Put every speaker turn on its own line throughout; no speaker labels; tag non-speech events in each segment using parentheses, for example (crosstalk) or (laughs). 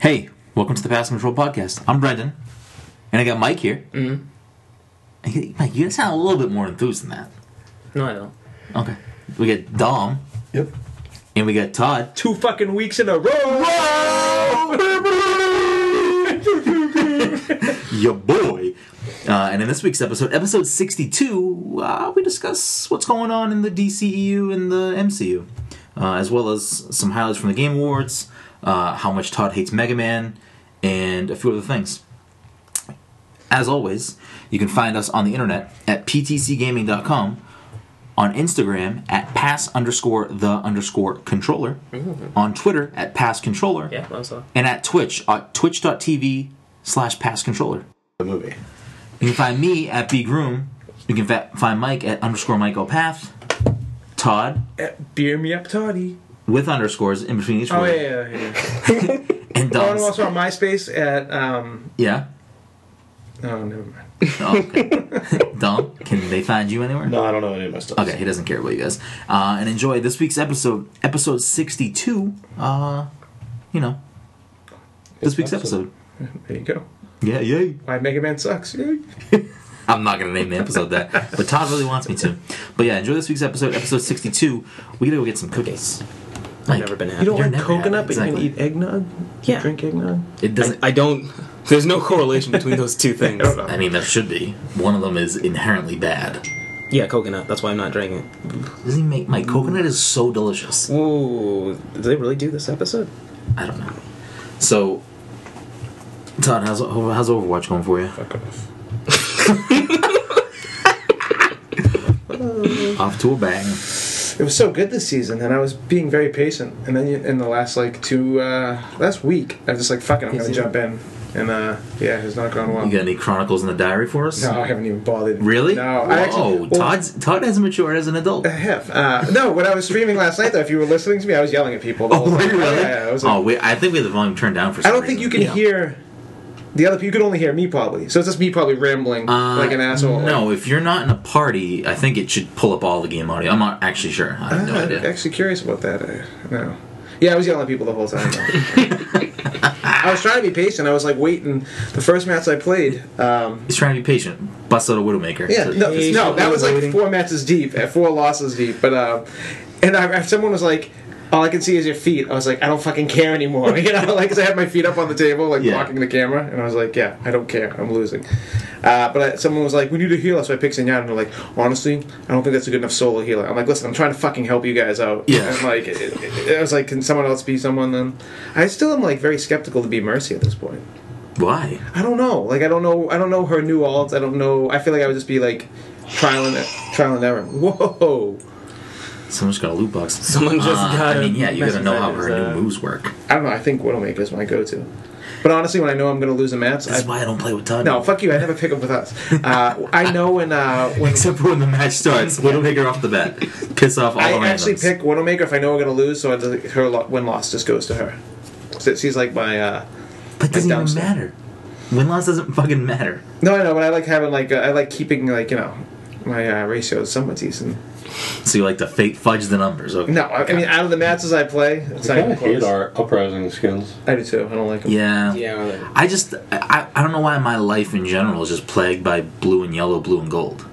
Hey, welcome to the Pass Control Podcast. I'm Brendan, and I got Mike here. Mm-hmm. Mike, you sound a little bit more enthused than that.
No, I don't.
Okay. We got Dom,
Yep.
and we got Todd.
Two fucking weeks in a row.
Your boy. Uh, and in this week's episode, episode 62, uh, we discuss what's going on in the DCEU and the MCU, uh, as well as some highlights from the Game Awards, uh, how much Todd hates Mega Man, and a few other things. As always, you can find us on the internet at ptcgaming.com, on Instagram at pass underscore the underscore controller, on Twitter at pass controller,
Yeah, that was all.
and at Twitch at twitch.tv slash pass controller.
The movie.
You can find me at B Groom. You can fa- find Mike at underscore Mike O'Path. Todd
Eh, Beer me up, Toddy.
with underscores in between each
Oh
word.
yeah, yeah,
(laughs)
yeah.
And
Oh, and
Dom's.
also on MySpace at um.
Yeah.
Oh, never mind.
Oh, okay. Dom, can they find you anywhere?
No, I don't know any of my stuff.
Okay, he doesn't care about you guys. Uh, and enjoy this week's episode, episode 62. Uh, you know, this week's episode.
There you go.
Yeah, yay.
Why Mega Man sucks? Yay.
I'm not gonna name the episode that, but Todd really wants me to. But yeah, enjoy this week's episode, episode 62. We gotta go get some cookies. Mike,
never been
You
happy.
don't
You're
like
never
coconut,
happy,
but you can
exactly.
eat eggnog.
Yeah.
Drink eggnog.
It doesn't.
I, I don't. There's no correlation between those two things.
I don't know.
I mean, there should be. One of them is inherently bad.
(laughs) Yeah, coconut. That's why I'm not drinking.
Doesn't he make my coconut is so delicious?
Ooh, did they really do this episode?
I don't know. So, Todd, how's how's Overwatch going for you? Off to a bang.
It was so good this season, and I was being very patient. And then you, in the last like two uh last week, I was just like, "Fuck it, I'm gonna
Is it-
jump in." And uh yeah, it's not gone well.
You got any chronicles in the diary for us?
No, I haven't even bothered.
Really?
No,
Whoa,
I actually. well,
Todd's, Todd has matured as an
(laughs)
adult.
I have. Uh, no, when I was streaming last night, though, if you were listening to me, I was yelling at people. The whole time. Yeah, yeah, I was like,
oh, wait, I think we had the volume turned down for some
I don't think you
reason.
can
Yeah.
hear the other. You can only hear me probably. So it's just me probably rambling
Uh,
like an asshole.
No, if you're not in a party, I think it should pull up all the game audio. I'm not actually sure. I have
I'm
no idea.
actually curious about that. I, no. Yeah, I was yelling at people the whole time. though.
(laughs)
I was trying to be patient. I was like waiting. The first match I played, um,
He's trying to be patient. Bust out a Widowmaker.
yeah, no,
Patiently
no, that was like
waiting.
four matches deep, uh, four losses deep. But um, and I, if someone was like, "All I can see is your feet," I was like, "I don't fucking care anymore," (laughs) you know, like 'cause I had my feet up on the table, like
Yeah.
blocking the camera, and I was like, "Yeah, I don't care, I'm losing." Uh, but I, someone was like, "We need a healer," so I picked Senyan, and they're like, "Honestly, I don't think that's a good enough solo healer." I'm like, "Listen, I'm trying to fucking help you guys out."
Yeah.
And like, it, it- I was like, "Can someone else be someone?" Then I still am like very skeptical to be Mercy at this point.
Why?
I don't know. Like I don't know. I don't know her new alt. I don't know. I feel like I would just be like trial and e, trial and error. Whoa.
Someone's got a loot box.
Someone just
Uh,
got
I mean,
a
yeah, you gotta
message
know
that
how
is,
her
uh,
new moves work.
I don't know. I think Widowmaker is my go-to. But honestly, when I know I'm gonna lose a match,
That's
I,
why I don't play with Todd.
no,
(laughs)
fuck you. I never pick up with us. Uh, I know when uh, when
Except for when the match
(laughs)
starts, Widowmaker off the bat, piss off all
I
the randoms.
actually pick Widowmaker if I know we're gonna lose, so I just, her lo- win loss just goes to her. So she's like my. Uh,
but it doesn't
my dumb
even
stuff.
matter. Win loss doesn't fucking matter.
no, I know, but I like having like uh, I like keeping like you know my uh, ratios somewhat decent.
So you like to fake fudge the numbers. Okay.
No, I, I mean out of the matches I play, it's
I
not
kind
even
of hate
close.
our uprising skins.
I do too. I don't like them.
Yeah.
Yeah.
I just I, I don't know why my life in general is just plagued by blue and yellow, blue and gold.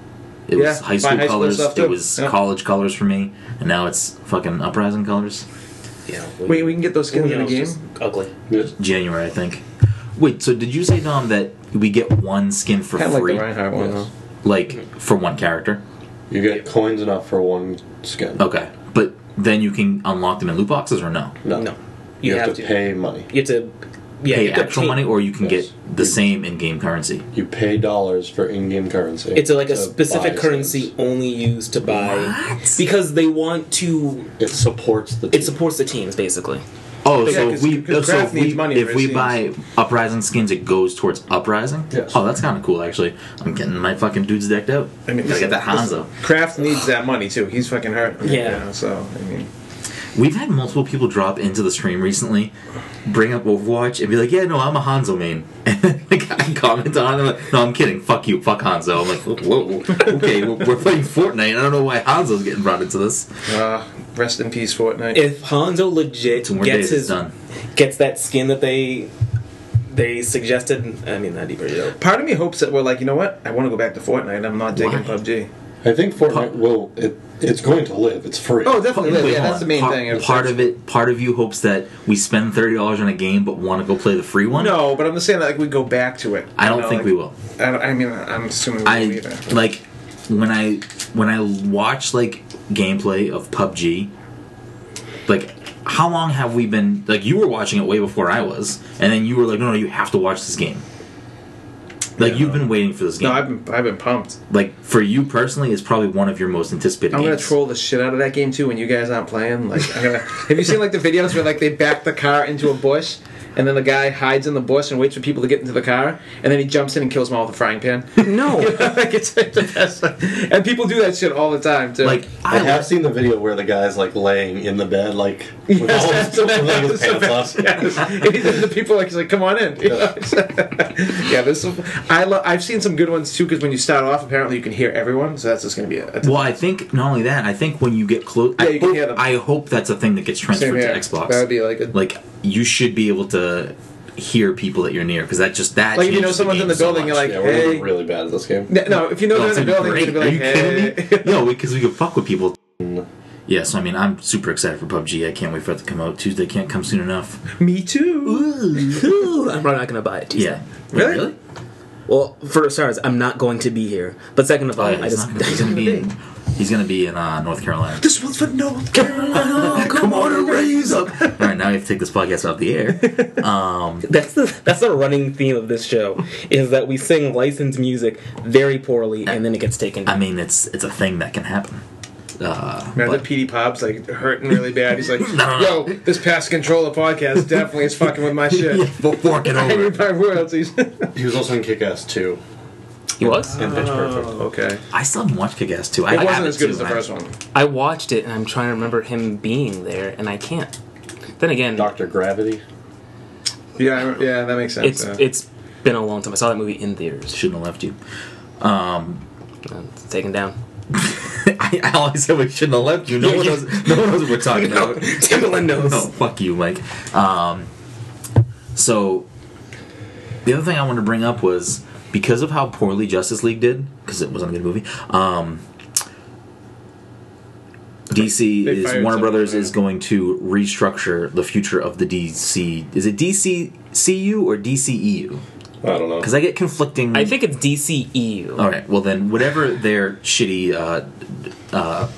It
Yeah,
was high
my
school
high school
colors,
stuff
it
too.
was
Yeah.
college colors for me, and now it's fucking uprising colors.
Yeah.
Wait, we can get those skins in the game.
Ugly.
Yes.
January, I think. Wait, so did you say Dom that we get one skin for
Kind of like
free,
the Reinhardt ones.
Yes.
like for one character?
You get coins enough for one skin.
Okay, but then you can unlock them in loot boxes or no?
No.
No.
You, have, to, pay money.
You have to. Yeah.
pay
you have to
actual
pay-
money, or you can
Yes.
get the same in-game currency.
You pay dollars for in-game currency.
It's a, like a
to
specific
buy
currency
skins.
only used to buy
What?
because they want to.
It supports the.
It
team.
supports the teams basically.
Oh,
Yeah,
so if
'cause-
we
'cause
so if
Graph needs
we,
money
if
for
we
his
buy uprising skins, it goes towards uprising.
Yes.
Oh, that's kind of cool, actually. I'm getting my fucking dudes decked up. I mean, gotta
listen,
get that Hanzo.
listen, Kraft needs that money too. He's fucking hurt.
Yeah.
You know, so I mean,
We've had multiple people drop into the stream recently, bring up Overwatch, and be like, "Yeah, no, I'm a Hanzo main." (laughs) And then the guy comments on it, I'm like, "No, I'm kidding. Fuck you, fuck Hanzo." I'm like, "Whoa, okay, we're we're playing Fortnite. I don't know why Hanzo's getting brought into this."
uh, rest in peace, Fortnite.
If Hanzo legit
Two more
gets
days, it's
his
done.
gets that skin that they
they suggested. I mean, that'd be pretty dope.
Part of me hopes that we're like, you know what? I want to go back to Fortnite. I'm not digging
Why?
PUBG.
I think Fortnite will. It, it's going to live. It's free.
Oh, definitely.
Wait,
yeah,
hold
that's
on.
the main
part,
thing.
Part of it, part of you hopes that we spend thirty dollars on a game, but want to go play the free one.
No, but I'm just saying that like we go back to it.
I don't
You know,
think
like-
we will.
I, don't- I mean, I'm assuming we will
I
either.
like when I when I watch like gameplay of PUBG. Like, how long have we been? Like, you were watching it way before I was, and then you were like, "No, no, you have to watch this game." Like, you've been waiting for this game.
No, I've been I've been pumped.
like, for you personally, it's probably one of your most anticipated.
I'm gonna
games.
troll the shit out of that game too when you guys aren't playing. Like, I'm gonna, (laughs) have you seen like the videos where like they back the car into a bush, and then the guy hides in the bush and waits for people to get into the car, and then he jumps in and kills them all with a frying pan. (laughs)
No,
like it's like the best. like- and people do that shit all the time too.
Like,
I,
I,
have seen the video where the guy's like laying in the bed, like
(laughs)
with
Yes,
all
that's
his,
the
with, like, his
best.
pants off.
That's the best, (laughs) yes. And the people like, he's like, come on in. (laughs) You know, it's- yeah, there's some. I lo- I've seen some good ones too because when you start off, apparently you can hear everyone, so that's just gonna be a, a
Well, I think not only that. I think when you get close,
Yeah,
I,
you can
hope-
hear them.
I hope that's a thing that gets transferred to Xbox.
That would be like a
like you should be able to hear people that you're near because that just that
Like, if you
changes
know someone's
game
in the
so
building,
much.
you're like,
Yeah, we're
hey.
doing really bad at this game.
No, no, if you know
Oh,
they're
it's
in the
gonna be
building, you're
great.
gonna be like,
are you kidding
"Hey."
me?
(laughs)
no, because we can fuck with people. Yeah, so I mean, I'm super excited for PUBG. I can't wait for it to come out. Tuesday can't come soon enough.
(laughs) me too.
Ooh, I'm probably not gonna buy it. Tuesday.
Yeah,
Really?
Well, for starters, I'm not going to be here. But second of all,
Oh, yeah,
I
he's,
just
not- he's (laughs) gonna be in. He's gonna be in uh, North Carolina.
This one's for North Carolina.
Oh, come on, and raise (laughs) up! All right, now we have to take this podcast off (laughs) the air.
(laughs)
Um,
that's the that's the running theme of this show is that we sing licensed music very poorly and then it gets taken.
I
down.
mean, it's it's a thing that can happen. Uh,
Remember
but-
PD Pop's like hurting really bad. He's like,
(laughs) no,
yo, this past controller podcast definitely is
(laughs)
fucking with my (laughs) shit.
we'll fork it
I
over.
need my royalties. (laughs)
He was also in Kick Ass 2
He was.
and Pitch
Uh.
Oh,
Perfect.
okay.
I still haven't watched Kick Ass 2. I
It
have
wasn't as good
too.
as the
I-
first one.
I watched it and I'm trying to remember him being there and I can't. Then again,
Dr. Gravity.
Yeah, I- yeah, that makes sense.
it's
yeah.
it's been a long time. I saw that movie in theaters.
Shouldn't have left you. (laughs)
Uh, It's taken down.
I, I always said we shouldn't have left you. No one knows. No one knows what we're talking (laughs)
(laughs)
about.
Timbaland knows.
No, fuck you, Mike. Um, so the other thing I wanted to bring up was because of how poorly Justice League did, because it wasn't a good movie. Um, DC
They
is
fired
Warner
someone,
Brothers
yeah.
is going to restructure the future of the DC. Is it DCCU or DCEU?
I don't know.
Because I get conflicting.
I think it's E DCEU.
All right. Well, then, whatever their shitty, uh, uh,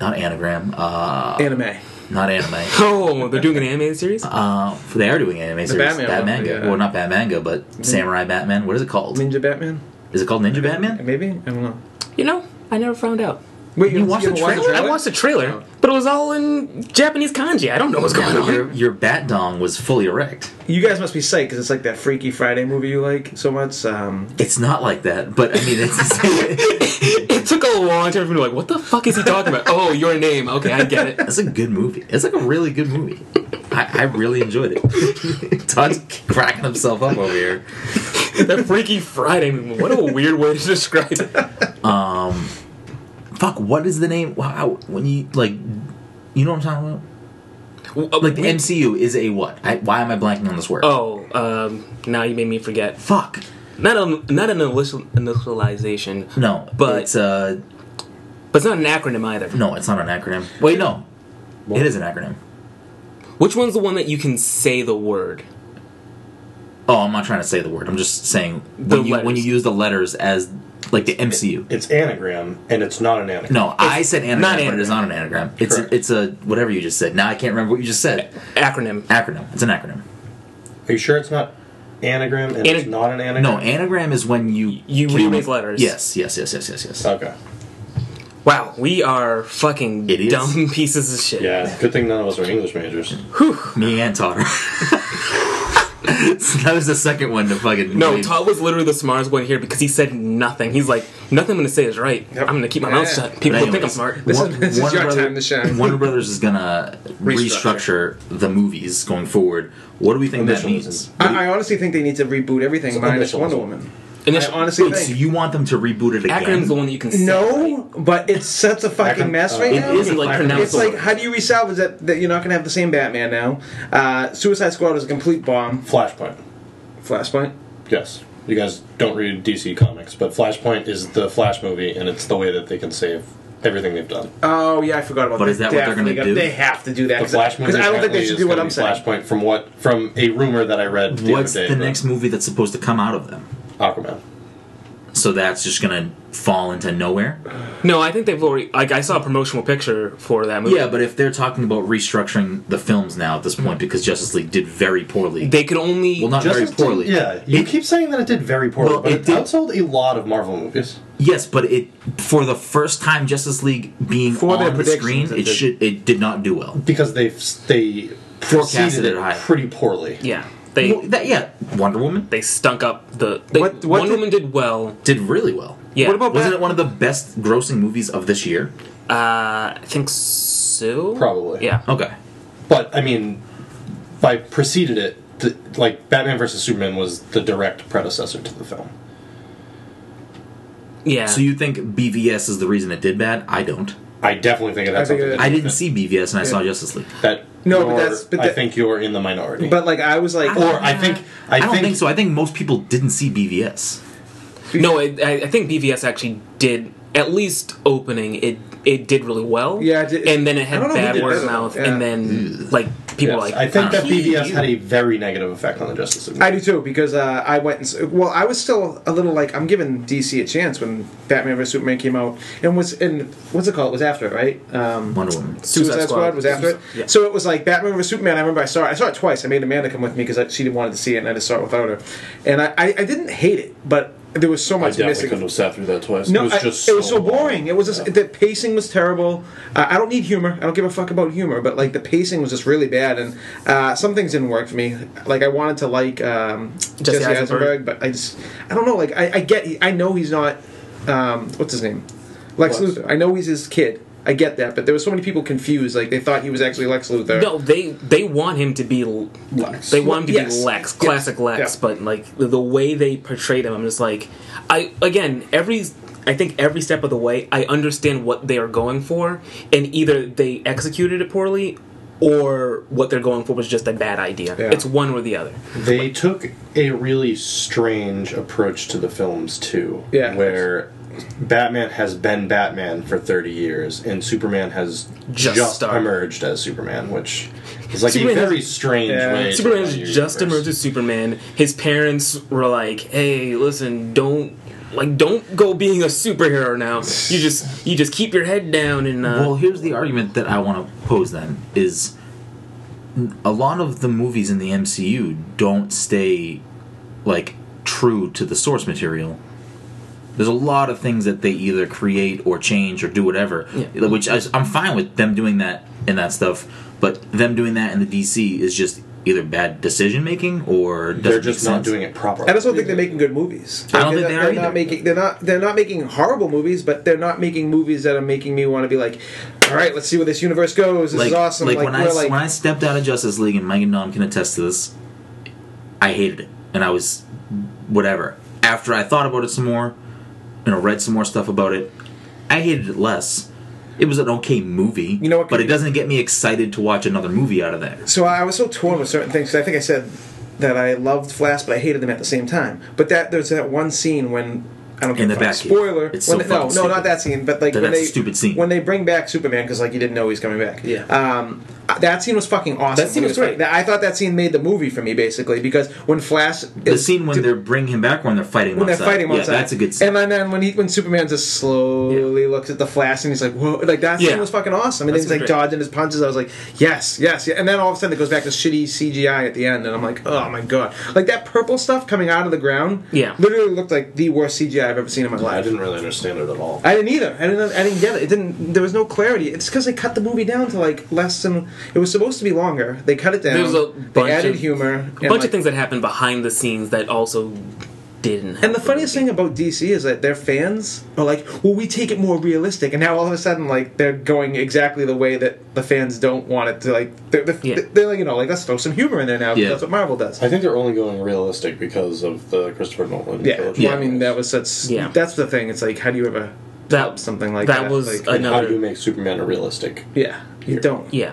not anagram, uh,
anime.
not anime.
Oh, they're doing an anime series.
Uh, they are doing anime series.
Batman one,
Batmanga.
yeah. Mm-hmm.
Well, not Batmanga, but Samurai Batman. What is it called?
Ninja Batman?
Is it called Ninja Batman?
Maybe? I don't know.
you know, I never found out.
Wait,
You watched the
haven't
trailer? Oh.
I watched the trailer, but it was all in Japanese kanji. I don't know what's going (laughs) on.
Your, your bat dong was fully erect.
You guys must be psyched because it's like that Freaky Friday movie you like so much. Um,
It's not like that, but I mean, it's, (laughs)
It took a long time for me to like, what the fuck is he talking about? Oh, your name. Okay, I get
(laughs)
it.
it's a good movie. It's like a really good movie. I, I really enjoyed it. (laughs) Todd's cracking himself up over here.
That Freaky Friday movie. What a weird way to (laughs) describe it.
Fuck, what is the name? Wow, when you, like, you know what I'm talking about? Like the MCU is a what? I, why am I blanking on this word?
Oh, um, now you made me forget.
fuck!
Not a, not an initial, initialization,
No,
But-
but it's, uh,
but it's not an acronym either.
no, it's not an acronym. Wait, no, it is an acronym.
Which one's the one that you can say the word?
Oh, I'm not trying to say the word. I'm just saying
The
when you when you
letters.
use the letters as like the MCU.
It's anagram, and it's not an anagram.
No, I said anagram,
not
but it is not an anagram. It's
Correct.
a, it's a whatever you just said. Now I can't remember what you just said.
Acronym.
Acronym. It's an acronym.
Are you sure it's not anagram and it's
Ana-
not an anagram?
No, anagram is when you
You
can-
rearrange letters.
Yes, yes, yes, yes, yes, yes.
Okay.
Wow, we are fucking
Idiots.
dumb (laughs) pieces of shit.
Yeah, good thing none of us are English majors.
Me and Todd. (laughs) So that was the second one to fucking
No,
read.
Todd was literally the smartest one here because he said nothing. He's like, nothing I'm going to say is right.
Yep.
I'm going to keep my mouth
Yeah.
shut. People
But
will think I'm
anyways,
smart.
This is-
Warner-
this is
Warner
your
Brother-
time to shine.
Warner Brothers is gonna (laughs) restructure
Restructure.
the movies going forward. What do we think that
Initialism.
means?
I, I honestly think they need to reboot everything minus
initials.
Wonder Woman. I
Initial,
honestly
Wait, so
think.
you want them to reboot it again?
acronym's the one that you can say.
No, but it's such a fucking mess right
uh, It
uh,
now.
is,
like, pronounced
It's like, how do you resalvage that, that you're not going to have the same Batman now? Uh, Suicide Squad is a complete bomb.
Flashpoint.
Flashpoint.
Yes. You guys don't read DC comics, but Flashpoint is the Flash movie, and it's the way that they can save everything they've done.
Oh yeah, I forgot about
But
that.
is that what they're
Definitely
gonna do?
They have to do that
The Flash movie.
because I don't think
apparently
they should
is
do what
gonna
I'm
be
saying.
Flashpoint from what from a rumor that I read. The
What's
other day
the
about
next movie that's supposed to come out of them?
Aquaman?
So that's just gonna fall into nowhere.
No, I think they've already. Like, I saw a promotional picture for that movie.
Yeah, but if they're talking about restructuring the films now at this point because Justice League did very poorly,
they could only.
well, not
Justice
very poorly.
Did, yeah, you keep saying that it did very poorly,
Well,
but
it
it,
did-
outsold a lot of Marvel movies.
Yes, but it for the first time Justice League being
For their
on the
predictions,
screen,
it
it,
did.
should it did not do well.
because they've they
Forecasted
forecasted
it
it
high.
pretty poorly.
yeah, they
Well, that, yeah, Wonder Woman
they stunk up the. They,
What- what
Wonder
did-
Woman did well.
did really well.
Yeah.
What about
Wasn't
Bat-
it one of the best grossing movies of this year?
Uh, I think so.
Probably.
Yeah.
Okay.
But I mean, by preceded it, the, like Batman versus Superman was the direct predecessor to the film.
Yeah.
So you think BVS is the reason it did bad? I don't.
I definitely think it had
I think
something. to
it-
do
I
with
didn't
it.
see BVS and I saw Justice League.
that.
No, but
you're-
that's- but
I
that-
think you're in the minority.
But like I was like,
or I think I,
I don't
think,
think so. I think most people didn't see BVS.
no, I, I I think BVS actually did at least opening it. It did really well.
Yeah, it did-
and then it
I
had
don't know if it
bad
did
word of
better though.
mouth,
Yeah.
and then like people
Yes,
like. "Ah,
I think that
don't know.
BVS had a very negative effect on the Justice League.
I do too because uh, I went and s- well, I was still a little like I'm giving DC a chance when Batman vs Superman came out and was and what's it called? It was after it, right? Um,
Wonder Woman.
Suicide, Squad. was after it,
Yeah.
so it was like Batman vs Superman. I remember I saw it. I saw it twice. I made Amanda come with me because she wanted to see it, and I just saw it without her. And I, I, I didn't hate it, but there was so much missing.
sat through that twice.
No, I- it was, so, boring. It was just, the pacing was terrible. Uh, I don't need humor. I don't give a fuck about humor, but like the pacing was just really bad, and uh, some things didn't work for me. Like I wanted to like um, Jesse, Eisenberg.
Eisenberg.
but I just I don't know. Like I, I get, I know he's not. Um, what's his name? Lex
Lex.
Luthor. I know he's his kid. I get that, but there were so many people confused. Like they thought he was actually Lex Luthor.
No, they they want him to be L-
Lex.
They want him to
Yes.
be
Yes.
Lex, classic Lex.
Yeah.
But like the, the way they portrayed him, I'm just like, I again every I think every step of the way I understand what they are going for, and either they executed it poorly, or what they're going for was just a bad idea.
Yeah.
It's one or the other.
They took a really strange approach to the films too.
Yeah.
Where Batman has been Batman for thirty years, and Superman has
Just
just,
started.
emerged as Superman, which is like
Superman
a
has-
very strange
Yeah.
way. to
Superman
run your
was just
universe.
emerged as Superman. His parents were like, "Hey, listen, don't." Like, don't go being a superhero now. You just you just keep your head down and uh,
Well, here's the argument that I want to pose then is a lot of the movies in the MCU don't stay like true to the source material. There's a lot of things that they either create or change or do whatever,
Yeah.
which I, I'm fine with them doing that and that stuff. But them doing that in the DC is just either bad decision making or doesn't
They're just
make
not
sense.
doing it properly.
I just don't think they're making good movies.
I don't
They're
think
not-
they are
They're not
either.
making. They're not. They're not making horrible movies, but they're not making movies that are making me want to be like, all right, let's see where this universe goes. This
like,
is awesome.
Like, when I
we're
s- when I stepped out of Justice League, and Mike and Dom can attest to this, I hated it, and I was whatever. After I thought about it some more, you know, read some more stuff about it, I hated it less. It was an okay movie,
You know what
but
could
it
be-
doesn't get me excited to watch another movie out of there.
so I was so torn with certain things. 'cause I think I said that I loved Flash, but I hated them at the same time. But that there's that one scene when. I don't
In
give
the
a fuck.
Batcave.
Spoiler.
It's
when
so
they- no,
fucking
no, not
stupid.
that scene. But like
That-
when
that's
they
a stupid scene.
when they bring back Superman because like you didn't know he's coming back.
Yeah.
Um, uh, that scene was fucking awesome.
That scene
It
was great.
fucking- I thought that scene made the movie for me basically because when Flash
The
is-
scene when they're bringing him back, when they're fighting,
when they're
Monster.
fighting him
yeah,
outside.
that's a good scene.
And then, then when he, when Superman just slowly looks at the Flash and he's like, "Whoa!" Like that
Yeah.
scene was fucking awesome. And
That's
then he's like
great.
dodging his punches. I was like, "Yes, yes, yeah." And then all of a sudden it goes back to shitty CGI at the end, and I'm like, "Oh my god!" Like that purple stuff coming out of the ground.
Yeah.
literally looked like the worst CGI I've ever seen in my
I
life.
didn't really understand it at all.
I didn't either. I didn't. I didn't get it. It didn't. There was no clarity. It's because they cut the movie down to like less than. It was supposed to be longer. They cut it down.
There's a bunch
they added
of-
humor.
a bunch of things that happened behind the scenes that also didn't.
And the funniest thing about DC is that their fans are like, "Well, we take it more realistic," and now all of a sudden, like they're going exactly the way that the fans don't want it to. Like they're, they're,
Yeah.
they're like, you know, like let's throw some humor in there now. 'cause
Yeah.
That's what Marvel does.
I think they're only going realistic because of the Christopher Nolan.
Yeah.
trilogy.
Well, I mean, that was such.
Yeah.
That's the thing. It's like, how do you ever
that
something like
that
that?
was
Like,
And how do you
another.
make Superman a realistic?
yeah, you don't.
Yeah,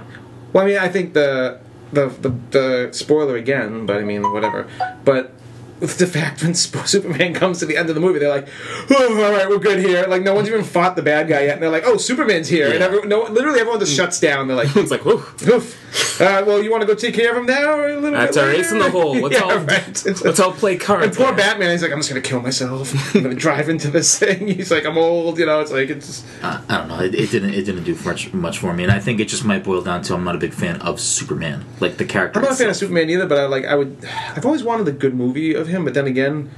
Well, I mean, I think the the the, the spoiler again, but I mean, whatever. But the fact when Sp- Superman comes to the end of the movie, they're like, "Oh, all right, we're good here." Like no one's even fought the bad guy yet, and they're like, "Oh, Superman's here!" And
Yeah.
everyone, no, literally everyone just shuts down. They're like,
(laughs) it's like, whew,
"Oof, uh, well, you want to go take care of him now?" Or a little
that's
bit
our
later?"
ace in the hole.
(laughs)
Let's
yeah,
all
right.
let's all play
And
cards.
poor
man.
Batman, he's like, "I'm just gonna kill myself. I'm gonna drive into this thing." (laughs) He's like, "I'm old," you know. It's like it's. Just,
I, I don't know. It, it didn't. It didn't do much much for me, and I think it just might boil down to I'm not a big fan of Superman, like the character.
I'm not a fan of
itself.
Superman either, but I like I would. I've always wanted a good movie of him, but then again,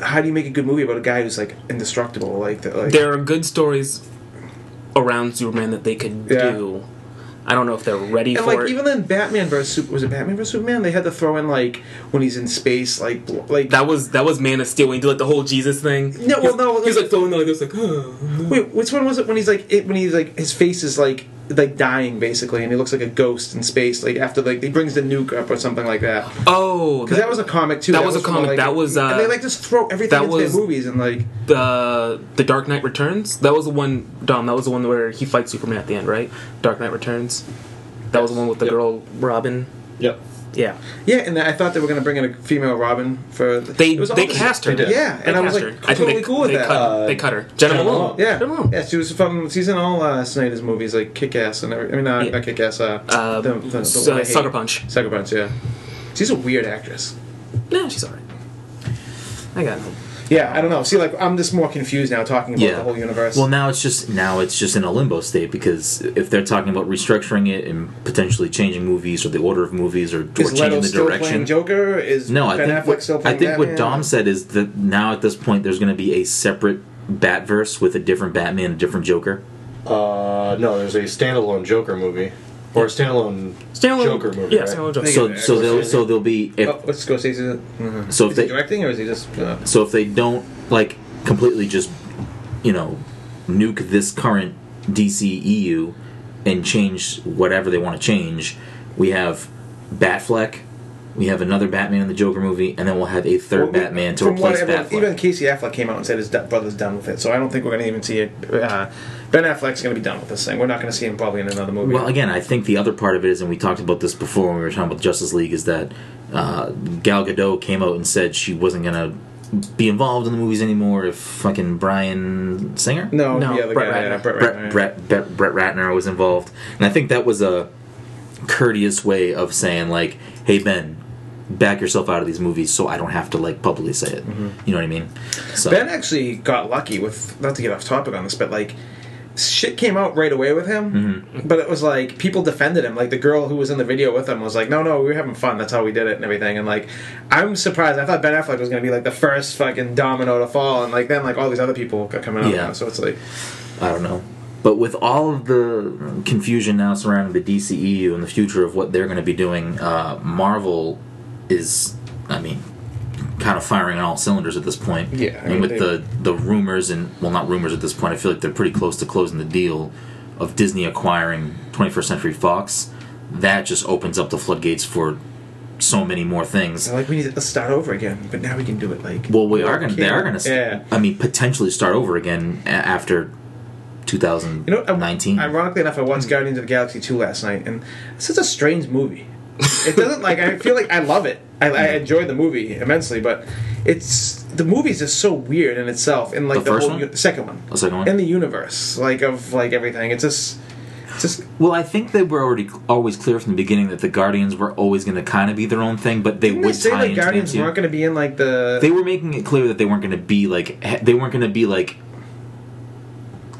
how do you make a good movie about a guy who's like indestructible? Like, that, like
There are good stories around Superman that they could
Yeah.
do. I don't know if they're ready
and
for
like
it.
even then, Batman versus Super, was it Batman versus Superman? They had to throw in like when he's in space, like bl- like
that was that was Man of Steel when he did like the whole Jesus thing.
No, well, no,
he's
like-
like throwing the like this, like.
(gasps)
"Huh."
Wait, which one was it when he's like it, when he's like his face is like like dying basically, and he looks like a ghost in space. Like after like he brings the nuke up or something like that.
Oh,
Because that was a comic too.
That was a
from,
comic.
like-
That was, uh,
and they like just throw everything
that
into
was-
their movies and like
the the Dark Knight Returns. That was the one, Dom. That was the one where he fights Superman at the end, right? Dark Knight Returns. That was the one with the
Yep.
girl Robin.
Yep.
Yeah,
yeah. And I thought they were gonna bring in a female Robin for the,
they
it was
they
all-
cast her.
They did.
Yeah,
They
and I was
cast
like
her. I think
totally
they,
cool with
they
that.
Cut,
Uh,
they cut her. Jenna
Jenna
Malone.
Malone.
Yeah,
Jenna Malone.
yeah, she was from she's in all uh, Snyder's movies like Kick Ass and every, I mean not,
Yeah.
not Kick Ass, uh,
Uh,
the, the, the
S-
one I
uh,
hate.
Sucker Punch.
Sucker Punch, yeah. She's a weird actress.
Nah, she's alright. I got it.
Yeah, I don't know. See, like I'm just more confused now talking about
Yeah.
the whole universe.
Well, now it's just now it's just in a limbo state because if they're talking about restructuring it and potentially changing movies or the order of movies or, or
is Leto
changing the
still playing
direction.
Joker? Is
No, I
Ben
think
Affleck
what,
still
I
playing
think what
Batman?
Dom said is that now at this point there's going to be a separate Batverse with a different Batman, a different Joker.
Uh, no, there's a standalone Joker movie. Or a standalone
Standalone
Joker movie.
Yeah,
right?
standalone Joker.
Thank
So
Yeah,
so
Scorsese.
they'll so they'll be if
Oh, what's Scorsese? Mhm.
so if
Is he
they
directing or is he just? Uh,
so if they don't like completely just you know nuke this current DCEU and change whatever they want to change, we have Batfleck, we have another Batman in the Joker movie, and then we'll have a third
well, we-
Batman to
from what
replace
everyone-
Batfleck.
Even Casey Affleck came out and said his d- brother's done with it, so I don't think we're going to even see it. Uh, ben Affleck's going to be done with this thing. We're not going to see him probably in another movie.
Well, again, I think the other part of it is, and we talked about this before when we were talking about Justice League, is that uh, Gal Gadot came out and said she wasn't gonna be involved in the movies anymore if fucking Brian Singer,
no,
No,
the other
Brett
guy,
Ratner.
yeah, Brett Ratner.
Brett, Brett, Brett, Brett Ratner was involved, and I think that was a courteous way of saying like, "Hey Ben, back yourself out of these movies, so I don't have to like publicly say it." You know what I mean? So
Mm-hmm. Ben actually got lucky with not to get off topic on this, but like shit came out right away with him.
Mm-hmm.
But it was like people defended him. Like the girl who was in the video with him was like, "No, no, we were having fun. That's how we did it and everything." And like, I'm surprised. I thought Ben Affleck was gonna be like the first fucking domino to fall, and like then like all these other people got coming out.
Yeah.
now, So it's like,
I don't know. But with all of the confusion now surrounding the DCEU and the future of what they're going to be doing, uh, Marvel is, I mean, kind of firing on all cylinders at this point.
Yeah, I
I mean,
mean,
with
they-
the, the rumors and, well, not rumors at this point, I feel like they're pretty close to closing the deal of Disney acquiring 21st Century Fox. That just opens up the floodgates for so many more things.
so, like we need to start over again. But now we can do it. Like,
Well, we are going to. They are going to.
Yeah.
I mean, potentially start over again a- after
You know, I-
2019.
Ironically enough, I
Mm.
watched Guardians of the Galaxy two last night, and it's such a strange movie. It doesn't like I feel like I love it. I, I
Mm.
enjoy the movie immensely, but it's the movie's just so weird in itself. And like
The
the,
first
whole
one?
u- second one,
The second one?
in the universe, like of like everything. It's just, it's just
Well, I think they were already always clear from the beginning that the Guardians were always going to kind of be their own thing, but they
didn't
would
they say
tie
like
into
Guardians
them too.
weren't going to be in like the
They were making it clear that they weren't going to be like he- they weren't going to be like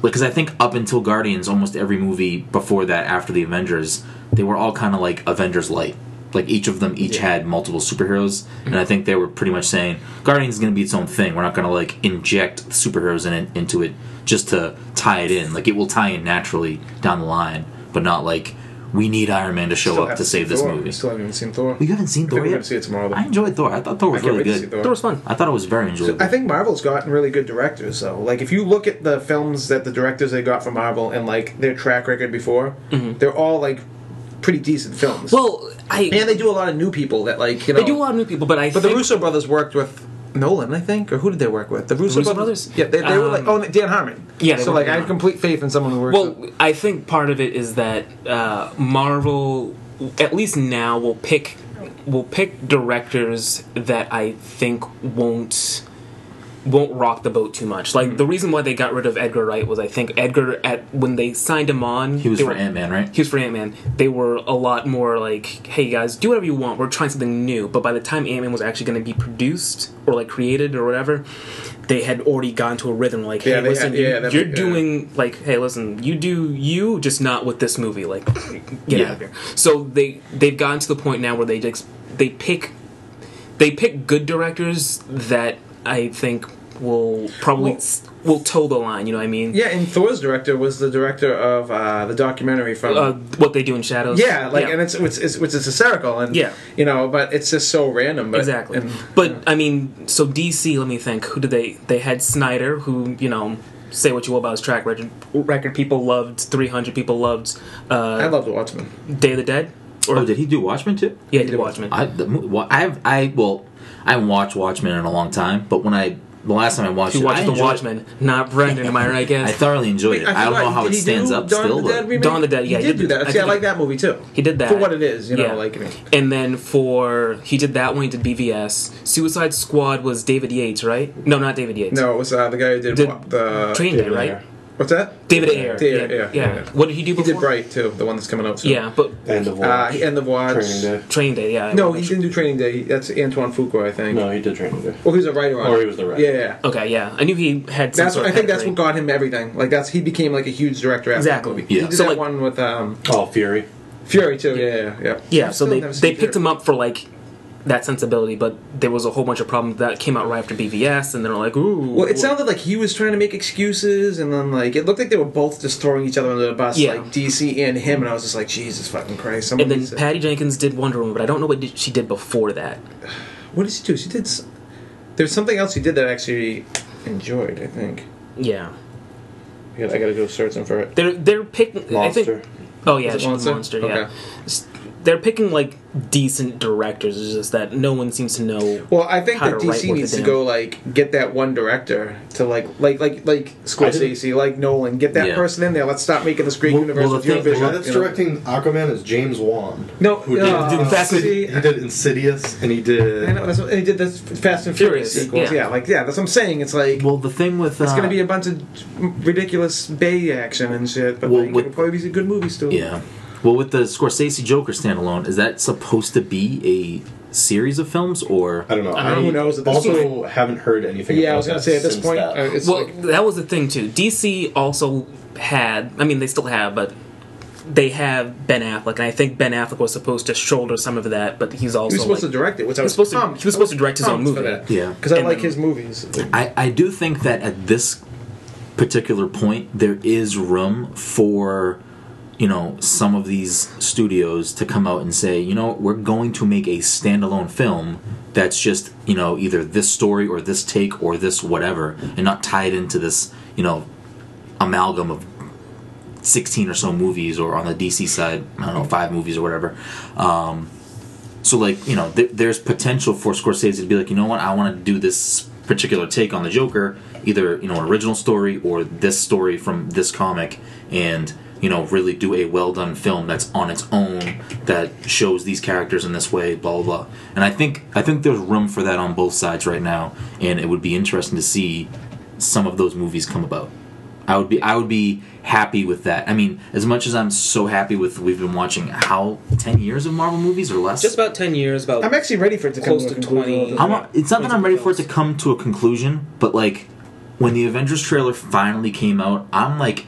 because I think up until Guardians, almost every movie before that, after the Avengers, they were all kind of like Avengers light. Like each of them each had multiple superheroes, and I think they were pretty much saying Guardians is going to be its own thing. We're not going to like inject superheroes in it, into it just to tie it in. Like it will tie in naturally down the line, but not like we need Iron Man to show
still
up
have
to save this
Thor.
movie.
Still haven't even seen Thor.
you haven't seen
I think
Thor
we're going to
yet.
see it tomorrow. Though.
I enjoyed Thor. I thought Thor
I
was
can't
really
wait to see
good.
Thor.
That was fun.
I thought it was very enjoyable.
I think Marvel's gotten really good directors, though. Like, if you look at the films that the directors they got from Marvel and like their track record before, they're all like pretty decent films.
Mm-hmm. Well, I
and they do a lot of new people that like you know.
they do a lot of new people, but I
but
think
the Russo brothers worked with Nolan, I think, or who did they work with? The Russo,
Russo
brothers?
brothers?
Yeah, they, they were like oh
Um,
and Dan Harmon.
yeah, they
So like,
worked with
I have
Harmon.
complete faith in someone who works. with,
Well, I think part of it is that uh, Marvel, at least now, will pick will pick directors that I think won't won't rock the boat too much.
Hmm.
Like the reason why they got rid of Edgar Wright was I think Edgar at when they signed him on
He was
they
for
were-
Ant Man, right?
he was for Ant Man. They were a lot more like, "Hey guys, do whatever you want. We're trying something new." But by the time Ant Man was actually going to be produced or like created or whatever, they had already gone to a rhythm. Like, "Hey,
Yeah, they
listen,
had- yeah,
you,
that-
you're
yeah.
doing like, hey, listen, you do you, just not with this movie. Like, get out of
Yeah.
here." So they they've gotten to the point now where they just they pick they pick good directors that I think will probably
Well-
s- will toe the line. You know what I mean?
Yeah, and Thor's director was the director of uh, the documentary from.
Uh, what they do in Shadows.
yeah, like, and it's it's it's, it's, it's hysterical, and
Yeah.
you know, but it's just so random. But,
Exactly.
and-
but I mean, so DC. Let me think. Who did they? They had Snyder, who you know, say what you will about his track record. Record people loved. Three hundred people loved.
I
Uh,
love the Watchmen.
Day of the Dead. Or
Oh, did he do Watchmen too?
yeah, he did Watchmen.
I the, mo- well, I've I well I haven't watched Watchmen in a long time, but when I the last time I watched
He
it, I
watched The
enjoyed-
Watchmen, not Brendan. Am
(laughs)
I right? I
I
guess
thoroughly enjoyed it. I, don't know
forgot,
how
did
it
he
stands
do
up
Dawn of
still,
the Dead
but
remake?
Dawn of the Dead, yeah,
he
he
did
did-
do
I
that. See,
think
I like
he-
that movie too.
he did that
for what it is, you know,
Yeah.
like I mean,
And then for he did that one. He did BVS. Suicide Squad was David Yates, right? No, not David Yates.
no, uh, it was uh, the guy who did,
Did-
wa- the
Train Day,
David
right?
Ayer.
what's that?
David Ayer.
David
yeah,
Ayer,
yeah.
yeah, yeah.
What did he do
He
before?
did Bright too, the one that's coming out. Soon.
Yeah, but
End of
uh,
watch.
End of Watch.
Training Day.
Train Day. Yeah. I
No,
remember.
he didn't do Training Day. That's Antoine Fuqua, I think.
No, he did Training Day.
Well, he was a writer on.
Or
it.
he was the writer.
Yeah, yeah.
Okay, yeah, I knew he had. Some
That's
sort
what, I
of
think that's what
pedigree.
got him everything. Like that's he became like a huge director after
Exactly.
that movie.
Yeah.
He did
So,
that
like-
one with um,
Oh, Fury.
Fury too. Yeah, yeah, yeah.
Yeah, so
Still
they
never seen
they picked
Fury.
him up for like that sensibility, but there was a whole bunch of problems that came out right after BVS, and they're like, ooh.
Well, it sounded like he was trying to make excuses, and then like it looked like they were both just throwing each other under the bus,
Yeah.
like DC and him. And I was just like, Jesus fucking Christ! some of
And then
these-
Patty Jenkins did Wonder Woman, but I don't know what did, she did before that.
what did she do? She did. s- There's something else he did that I actually enjoyed. I think.
Yeah,
I gotta, I gotta go searching for it.
they're they're picking. I
Monster.
think, oh yeah,
Was it
she was
Monster?
monster. Yeah,
Okay.
S- they're picking like decent directors. It's just that no one seems to know.
Well, I think
How
that
to write
DC
worth
needs
a
to
damn.
go like get that one director to like like like like Scorsese, like Nolan, get that
Yeah.
person in there. Let's stop making this great
Well-
universe
well, the
with your
thing-
The
vision.
guy that's
you know?
directing Aquaman is James Wan.
No,
who did,
uh,
uh,
Fast and-
he did Insidious, and he did.
I know that's what, and he did this Fast and Furious,
Furious,
sequels. Yeah.
yeah.
like yeah, that's what I'm saying. It's like
well, the thing with
it's
uh,
gonna be a bunch of ridiculous Bay action and shit, but
Well,
like,
with-
it'll probably be a good movie still.
uh, yeah. Well, with the Scorsese Joker standalone, is that supposed to be a series of films or?
I don't know.
I don't
I
know. Who knows at this
also haven't heard anything.
Yeah, I
about
was gonna
that
say at this
since
point,
that.
uh, it's
well,
like,
that was the thing too. DC also had. I mean, they still have, but. They have Ben Affleck, and I think Ben Affleck was supposed to shoulder some of that, but he's also
he was supposed
like-
to direct it, which I
was
was
supposed to-
pumped.
he was supposed to direct his own movie.
Yeah.
because I
And
like
then-
his movies.
I, I do think that at this particular point there is room for you know some of these studios to come out and say you know we're going to make a standalone film that's just you know either this story or this take or this whatever and not tied into this you know amalgam of 16 or so movies or on the dc side i don't know five movies or whatever um, so like you know, th- there's potential for Scorsese to be like, you know what, I want to do this particular take on the Joker, either you know an original story or this story from this comic, and you know really do a well done film that's on its own that shows these characters in this way, blah blah. blah. And I think I think there's room for that on both sides right now, and it would be interesting to see some of those movies come about. I would be I would be happy with that. I mean, as much as I'm so happy with we've been watching how ten years of Marvel movies or less.
Just about ten years. About
I'm actually ready for it to come
Close
to
to
a conclusion.
20.
I'm not, it's not that I'm ready for it to come to a conclusion, but like when the Avengers trailer finally came out, I'm like,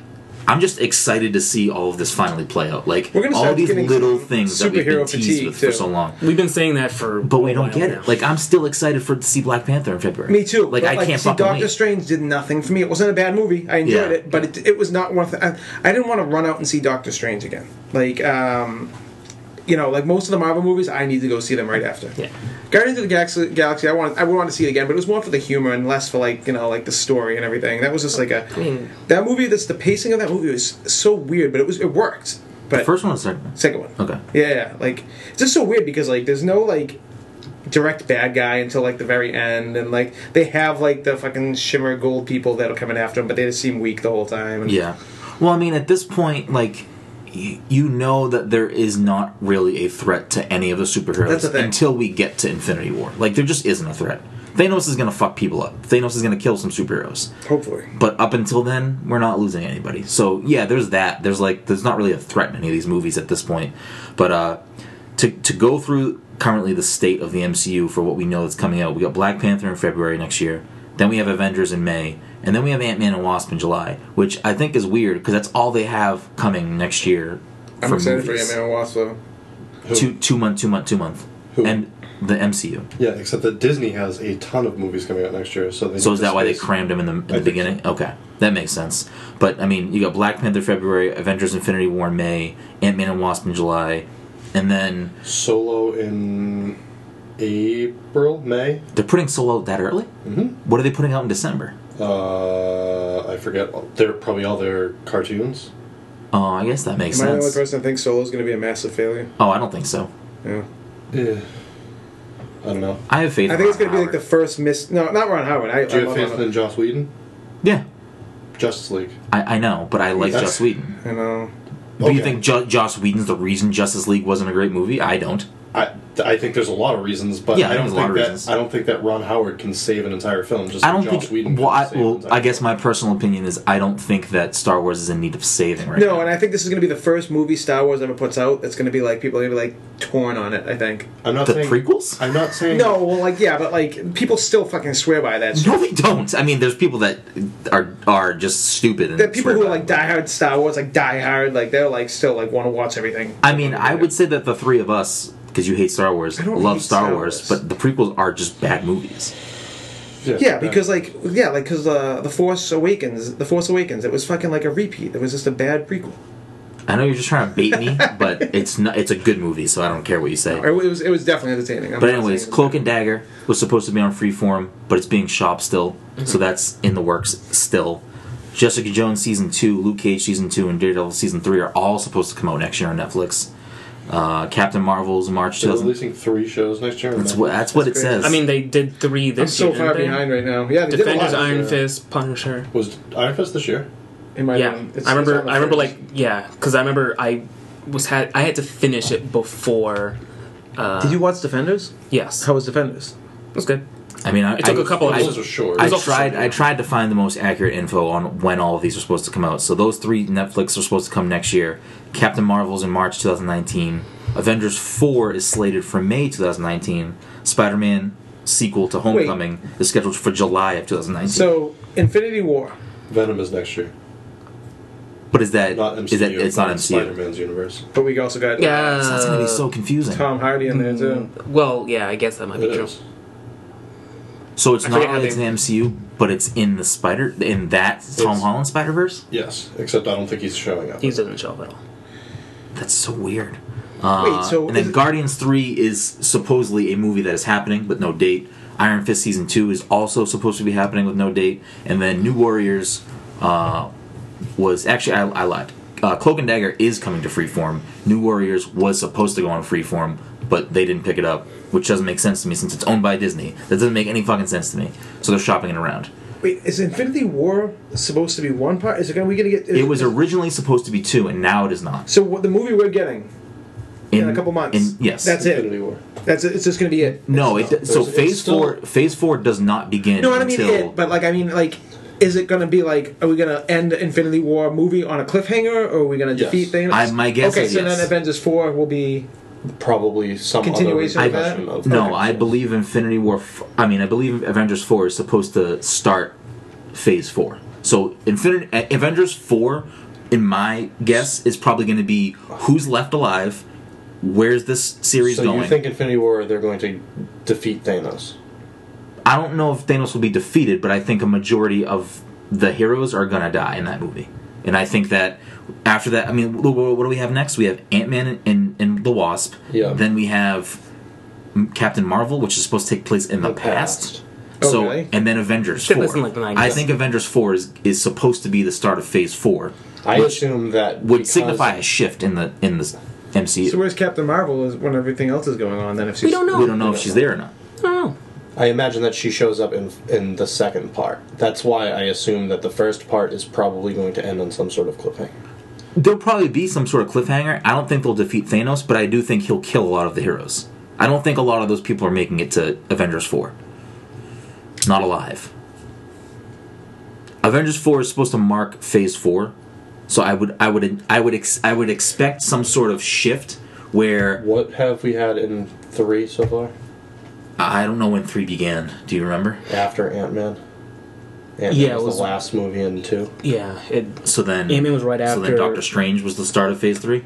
I'm just excited to see all of this finally play out. Like
We're gonna
all
start
these
getting
little
some
things that we've been
superhero
teased
fatigue,
with
too.
for so long.
We've been saying that for,
But we
a
don't
while
get
now.
it. Like I'm still excited for to see Black Panther in February.
Me too.
Like
but,
I can't
see,
fucking
Doctor
wait.
Strange did nothing for me. It wasn't a bad movie. I enjoyed
Yeah.
it, but it, it was not worth. I, I didn't want to run out and see Doctor Strange again. Like, um, you know, like most of the Marvel movies, I need to go see them right after.
Yeah.
Guardians of the Galaxy, Galaxy I wanted, I would want to see it again, but it was more for the humor and less for like you know like the story and everything. That was just like a
mean-
that movie. That's the pacing of that movie was so weird, but it was it worked. But
The first one or the second one?
second one,
Okay.
yeah, yeah. Like, it's just so weird because, like, there's no, like, direct bad guy until, like, the very end. And, like, they have, like, the fucking shimmer gold people that are coming after him, but they just seem weak the whole time. And
Yeah. Well, I mean, at this point, like y- you know that there is not really a threat to any of the superheroes
That's the thing.
until we get to Infinity War. Like there just isn't a threat. Thanos is gonna fuck people up. Thanos is gonna kill some superheroes.
Hopefully.
But up until then, we're not losing anybody. So yeah, there's that. There's like there's not really a threat in any of these movies at this point. But uh to to go through currently the state of the MCU for what we know that's coming out, we got Black Panther in February next year. Then we have Avengers in May, and then we have Ant Man and Wasp in July, which I think is weird because that's all they have coming next year.
I'm excited
movies.
for Ant Man Wasp though.
Two two month, two month, two month,
Who?
and the MCU.
Yeah, except that Disney has a ton of movies coming out next year, so they
So
need
is
the
that why they
space.
crammed him in the, in the
think
beginning? Okay, that makes sense. But I mean, you got Black Panther February, Avengers: Infinity War in May, Ant Man and Wasp in July, and then
Solo in April, May.
they're putting Solo out that early. Mm-hmm. What are they putting out in December?
Uh, I forget. They're probably all their cartoons.
Oh, I guess that makes
Am I the only
sense.
person that thinks Solo's going to be a massive failure?
oh, I don't think so.
Yeah.
Yeah. I don't know.
I have faith.
I
in
think it's
Ron
going to be like the
Howard.
first miss. No, not Ron Howard. I,
Do
I
you have
love
faith
Ron
in Joss Whedon?
yeah.
Justice League.
I, I know, but I like
That's-
Joss Whedon.
Howard. I know.
Do you
Okay.
think jo- Joss Whedon's the reason Justice League wasn't a great movie? I don't.
I, I think there's a lot of reasons, but
Yeah,
I don't
there's a lot
think
of
that
reasons.
I don't think that Ron Howard can save an entire film. Just
I don't
like Joss
think.
Whedon.
well, I,
can save an
well,
entire
I guess
film.
my personal opinion is I don't think that Star Wars is in need of saving right now.
No, and I think this is going to be the first movie Star Wars ever puts out that's going to be like people are going to be like torn on it. I think.
I'm not
the
saying,
prequels?
I'm not saying
No, well, like yeah, but like people still fucking swear by that.
(laughs)
shit.
No, they don't. I mean, there's people that are are just stupid. And
The people
swear
who are
by
like
it.
diehard Star Wars, like diehard, like they're like still like want to watch everything.
I mean, I would say that the three of us, because you hate Star Wars,
don't
love
hate
Star,
Star
Wars,
Wars.
but the prequels are just bad movies.
Yeah, because like yeah, like because uh, the Force Awakens, the Force Awakens, it was fucking like a repeat. It was just a bad prequel.
I know you're just trying to bait
(laughs)
me, but it's not. It's a good movie, so I don't care what you say.
Or It was it was definitely entertaining. I'm
But
not
anyways,
saying-
Cloak and Dagger was supposed to be on Freeform, but it's being shopped still,
Mm-hmm.
so that's in the works still. Jessica Jones season two, Luke Cage season two, and Daredevil season three are all supposed to come out next year on Netflix. Uh, Captain Marvel's March
they're
2000.
releasing three shows next year. and
That's
then-
what that's what it
That's crazy.
says.
I mean, they did three
I'm
this
so
year.
far
didn't they?
behind right now. Yeah, they
Defenders,
did a lot. uh,
Iron
yeah.
Fist, Punisher.
was Iron Fist this year.
It might have
Yeah,
been- it's-
I
it's on
remember.
the
I remember
first.
like yeah, because I remember I was had I had to finish it before. Uh,
Did you watch Defenders?
Yes,
How was Defenders?
it was good.
I mean, I
It took
I-
a couple of
I-
Those are short.
I
There's also
tried.
some-
I tried to find the most accurate info on when all of these are supposed to come out. So those three Netflix are supposed to come next year. Captain Marvel's in March 2019. Avengers 4 is slated for May 2019. Spider-Man sequel to Homecoming is scheduled for July of 2019.
So Infinity War.
Venom is next year.
but is that
Not MCU.
is that it's not MCU?
Spider Man's universe.
But we also got
Yeah, Mm.
So that's gonna be so confusing.
Tom Hardy in there too.
Well, yeah, I guess that might
It
be true.
is.
So it's
I
not
forget how
only it's in
they-
the MCU, but it's in the Spider in that Tom
It's-
Holland Spider Verse.
Yes, except I don't think he's showing up.
He doesn't show up at all.
That's so weird. Uh,
Wait, so
and then
is-
Guardians Three is supposedly a movie that is happening, but no date. Iron Fist season two is also supposed to be happening with no date, and then New Warriors uh, was actually I, I lied. Uh, Cloak and Dagger is coming to Freeform. New Warriors was supposed to go on Freeform, but they didn't pick it up, which doesn't make sense to me since it's owned by Disney. That doesn't make any fucking sense to me. So they're shopping it around.
Wait, is Infinity War supposed to be one part? Is it going? to We gonna get?
It was originally supposed to be two, and now it is not.
So what, the movie we're getting in, a couple months.
in- yes,
that's
Infinity
it.
War.
That's it. It's just going to be it.
No, it, so
There's-
phase
it's still-
four phase four does not begin
No, I don't mean
until
it, but like I mean like. Is it going to be like? Are we going to end the Infinity War movie on a cliffhanger, or are we going to
Yes.
defeat things?
I- my guess
Okay,
is
so
yes.
then Avengers Four will be.
Probably some
Continuation
other
of that?
version
no. I believe Infinity War. f- I mean, I believe Avengers four is supposed to start phase four. So Infinity A- Avengers four, in my guess, is probably going to be who's left alive, where's this series
So
going.
you think Infinity War they're going to defeat Thanos?
I don't know if Thanos will be defeated, but I think a majority of the heroes are gonna die in that movie. And I think that after that, I mean, wh- wh- what do we have next? We have Ant Man and, and, and the Wasp.
Yeah.
Then we have M- Captain Marvel, which is supposed to take place in the,
The
past.
past.
So
Okay.
and then Avengers
Take
four.
place in, like, the 90s.
I think Avengers four is is supposed to be the start of Phase four,
I assume that
would
because-
signify a shift in the in the MCU.
So where's Captain Marvel is when everything else is going on? Then if she's
We don't know.
we don't know if she's there or not.
I don't know.
I imagine that she shows up in in the second part. That's why I assume that the first part is probably going to end on some sort of cliffhanger.
there'll probably be some sort of cliffhanger. I don't think they'll defeat Thanos, but I do think he'll kill a lot of the heroes. I don't think a lot of those people are making it to Avengers 4. Not alive. Avengers 4 is supposed to mark phase 4. So I would I would I would ex- I would expect some sort of shift where
What have we had in three so far?
I don't know when 3 began. Do you remember?
After Ant Man. Ant Man
Yeah, it
was,
was-
the last movie in two.
Yeah, it.
So then
Ant-Man was right
So then
after-
Doctor Strange was the start of phase 3.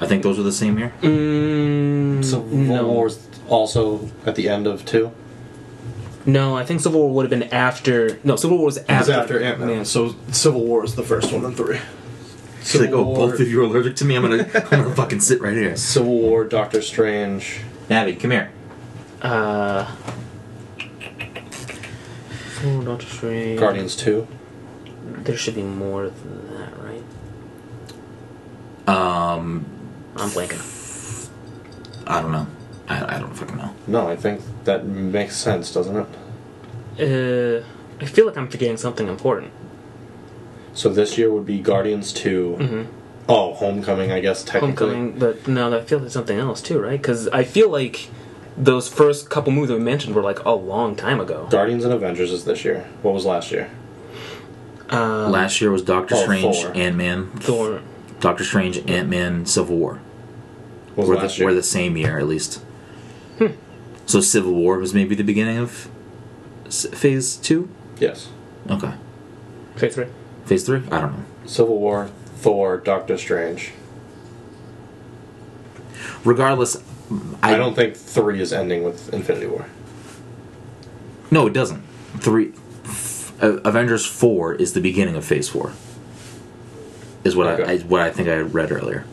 I think those were the same year.
Mm,
So
no.
Civil War was also at the end of two.
No, I think Civil War would have been after. No, Civil War was after.
It was after Ant Man.
Man.
So Civil War is the first one in three.
She's like, oh, both of you are allergic to me. I'm gonna, I'm gonna fucking sit right here.
Civil War, Doctor Strange.
Abby, come here.
Uh, oh, Doctor Strange.
Guardians 2.
There should be more than that, right?
Um,
I'm blanking.
I don't know. I, I don't fucking know.
No, I think that makes sense, doesn't it?
Uh, I feel like I'm forgetting something important.
So this year would be Guardians 2. Oh, Homecoming, I guess, technically.
Mm-hmm. Homecoming, but no, I feel like something else too, right? Because I feel like those first couple movies that we mentioned were like a long time ago.
Guardians and Avengers is this year. What was last year?
Uh,
Last year was Doctor
Oh,
Strange,
Thor.
Ant Man,
Thor.
Doctor Strange, Ant Man, Civil War.
Was
We're
last
the,
year.
we're the same year at least. So Civil War was maybe the beginning of s- Phase Two.
yes.
Okay,
Phase three.
Phase Three. I don't know.
Civil War, Thor, Doctor Strange.
Regardless, I,
I don't think 3 is ending with Infinity War.
No, it doesn't. Three. f- uh, Avengers Four is the beginning of Phase Four. Is what I,
Okay.
I what I think I read earlier.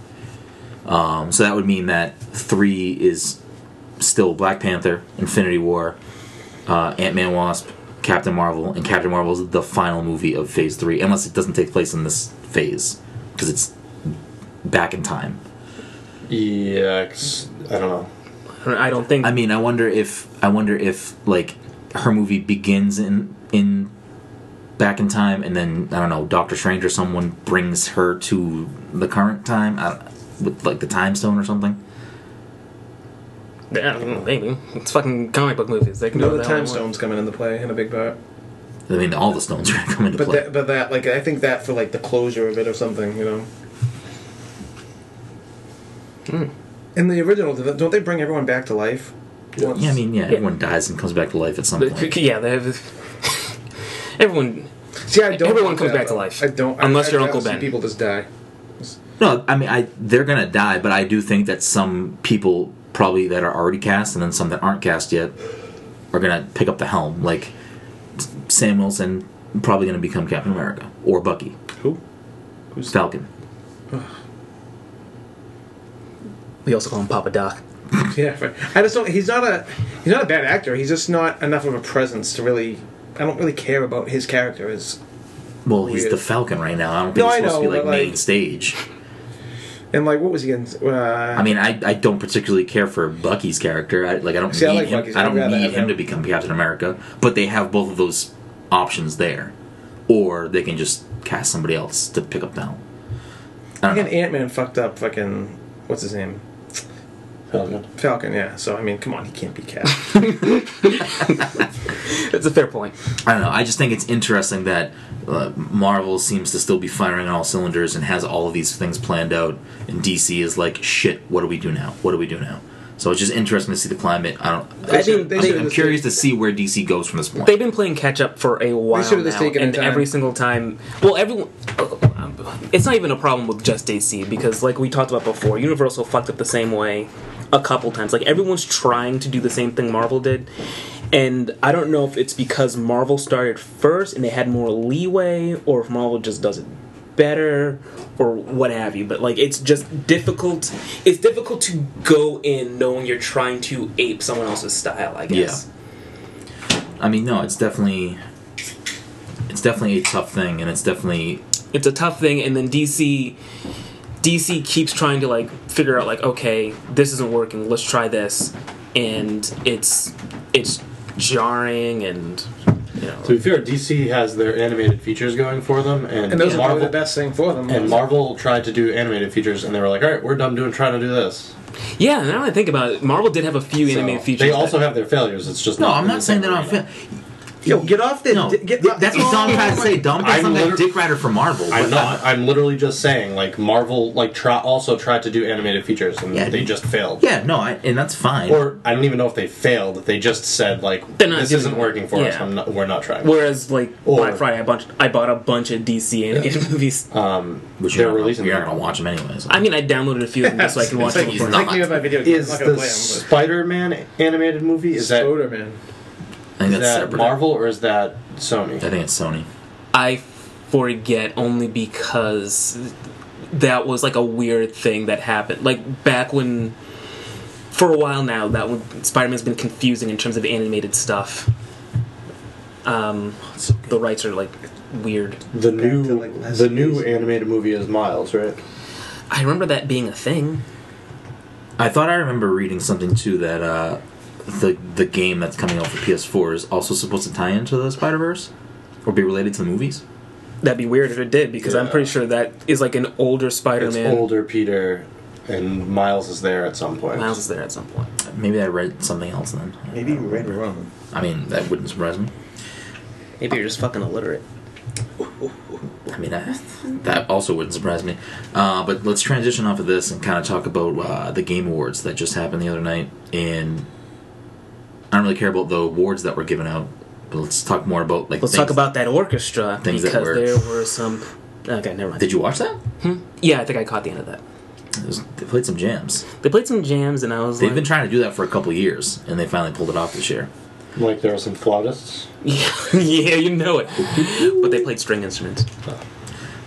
Um, so that would mean that three is still Black Panther, Infinity War, uh, Ant Man, Wasp, Captain Marvel, and Captain Marvel is the final movie of Phase Three, unless it doesn't take place in this phase because it's back in time.
Yeah, 'cause- E I don't know.
I don't- I don't think.
I mean, I wonder if I wonder if like her movie begins in in back in time, and then I don't know, Doctor Strange or someone brings her to the current time I don't, with like the time stone or something.
I don't know, maybe it's fucking comic book movies. They can
No,
do
the
that all they
time
want.
stone's coming into play in a big part.
I mean, all the stones (laughs) are gonna come into
But
play.
that, but that, like, I think that for like the closure of it or something, you know.
Hmm.
In the original, don't they bring everyone back to life? Once-
yeah, I mean, yeah, everyone dies and comes back to life at some
But,
point.
yeah, they have. (laughs) Everyone.
see, I don't.
everyone
want
comes
that,
back to
though.
life.
I don't. I-
Unless
I'd
you're
rather
Uncle
see
Ben.
people just die. (laughs)
No, I mean, I they're gonna die, but I do think that some people probably that are already cast and then some that aren't cast yet are gonna pick up the helm, like S- Sam Wilson probably gonna become Captain America or Bucky.
Who?
Falcon.
We also call him
(laughs)
Papa Doc.
Yeah, right. I just don't. He's not a. He's not a bad actor. He's just not enough of a presence to really. I don't really care about his character. Is
Well, he's
Weird.
the Falcon right now. I don't think
No,
he's
I
supposed to
know,
be like
but,
main
like-
stage.
and like what was he in? Uh,
I mean, I, I don't particularly care for Bucky's character. I, like I don't
See, I
need
like
him.
Bucky's.
I
I'd
don't
rather
need
have
him,
him.
to become Captain America. But they have both of those options there, or they can just cast somebody else to pick up the helm. I don't
fucking
know.
Ant Man fucked up. Fucking what's his name?
Falcon.
Falcon. Yeah. So I mean, come on, he can't be
(laughs)
Cap.
(laughs) That's a fair point.
I don't know. I just think it's interesting that uh, Marvel seems to still be firing on all cylinders and has all of these things planned out, and DC is like, shit. What do we do now? What do we do now? So it's just interesting to see the climate. I don't.
They
I
should've-
think
they
I'm,
should've
I'm
just-
curious to see where DC goes from this point.
They've been playing catch up for a while
should've just
now,
taken their
and
time.
every single time, well, everyone. It's not even a problem with just DC because, like we talked about before, Universal fucked up the same way a couple times. Like everyone's trying to do the same thing Marvel did, and I don't know if it's because Marvel started first and they had more leeway, or if Marvel just does it better or what have you but like it's just difficult it's difficult to go in knowing you're trying to ape someone else's style i guess
I mean, no, it's definitely it's definitely a tough thing, and it's definitely
it's a tough thing and then dc dc keeps trying to like figure out like okay this isn't working let's try this and it's it's jarring and you know.
To be fair, DC has their animated features going for them, and,
And those are
Marvel
probably the best thing for them.
and Marvel tried to do animated features, and they were like, "All right, we're done doing trying to do this."
Yeah, now that I think about it, Marvel did have a few
So,
animated features.
They
that-
also have their failures. It's just
No,
not
I'm
in
not
the
saying
same
they're not.
arena.
Fa-
Yo, get off the.
no,
Get,
th- that's what Dom tried to say. Dom
I'm
sounds like a
liter-
dick rider for Marvel.
I'm
but-
not. I'm literally just saying, like Marvel, like try, also tried to do animated features, and
Yeah.
they just failed.
Yeah, no, I, and that's fine.
Or I don't even know if they failed. They just said like,
They're not
"This
doing-
isn't working for us.
yeah.
I'm not, we're not trying."
Whereas, like
Or-
Black Friday, I bought I bought a bunch of DC animated movies.
which
Um, they're
you're not,
releasing
You're
them.
not gonna watch them anyways.
I mean, I downloaded a few of them just so
(laughs)
I can watch them.
Like,
before-
like me with my video games.
is
I'm not
the
gonna play them.
Spider-Man animated movie is
But...
that
Soda, man.
I think
is
that's
that
separate.
Marvel or is that
I
Sony?
think it's Sony.
I forget only because that was like a weird thing that happened. Like back when, for a while now, that one Spider-Man's been confusing in terms of animated stuff. Um, the rights are like weird.
The new
to, like, last
the new
season.
animated movie is Miles, right?
I remember that being a thing.
I thought I remember reading something too that uh, the the game that's coming out for PS4 is also supposed to tie into the Spider Verse or be related to the movies.
That'd be weird if it did because I'm
Yeah.
pretty sure that is like an older
It's
Spider-Man.
older Peter and Miles is there at some
(laughs)
point.
Miles is there at some point.
Maybe I read something else then.
Maybe you read wrong.
I mean, that wouldn't surprise me.
Maybe you're just fucking illiterate.
I mean, I, that also wouldn't surprise me. Uh, but let's transition off of this and kind of talk about uh, the Game Awards that just happened the other night. And I don't really care about the awards that were given out. But let's talk more about like.
Let's
things-
talk about that orchestra
things
because
that were-
there were some. Okay, never mind.
Did you watch that?
Hmm? yeah, I think I caught the end of that.
It was- they played some jams.
They played some jams, and I was
They've
like,
been trying to do that for a couple years, and they finally pulled it off this year.
Like there are some flautists.
yeah, (laughs) yeah, you know it. but they played string instruments.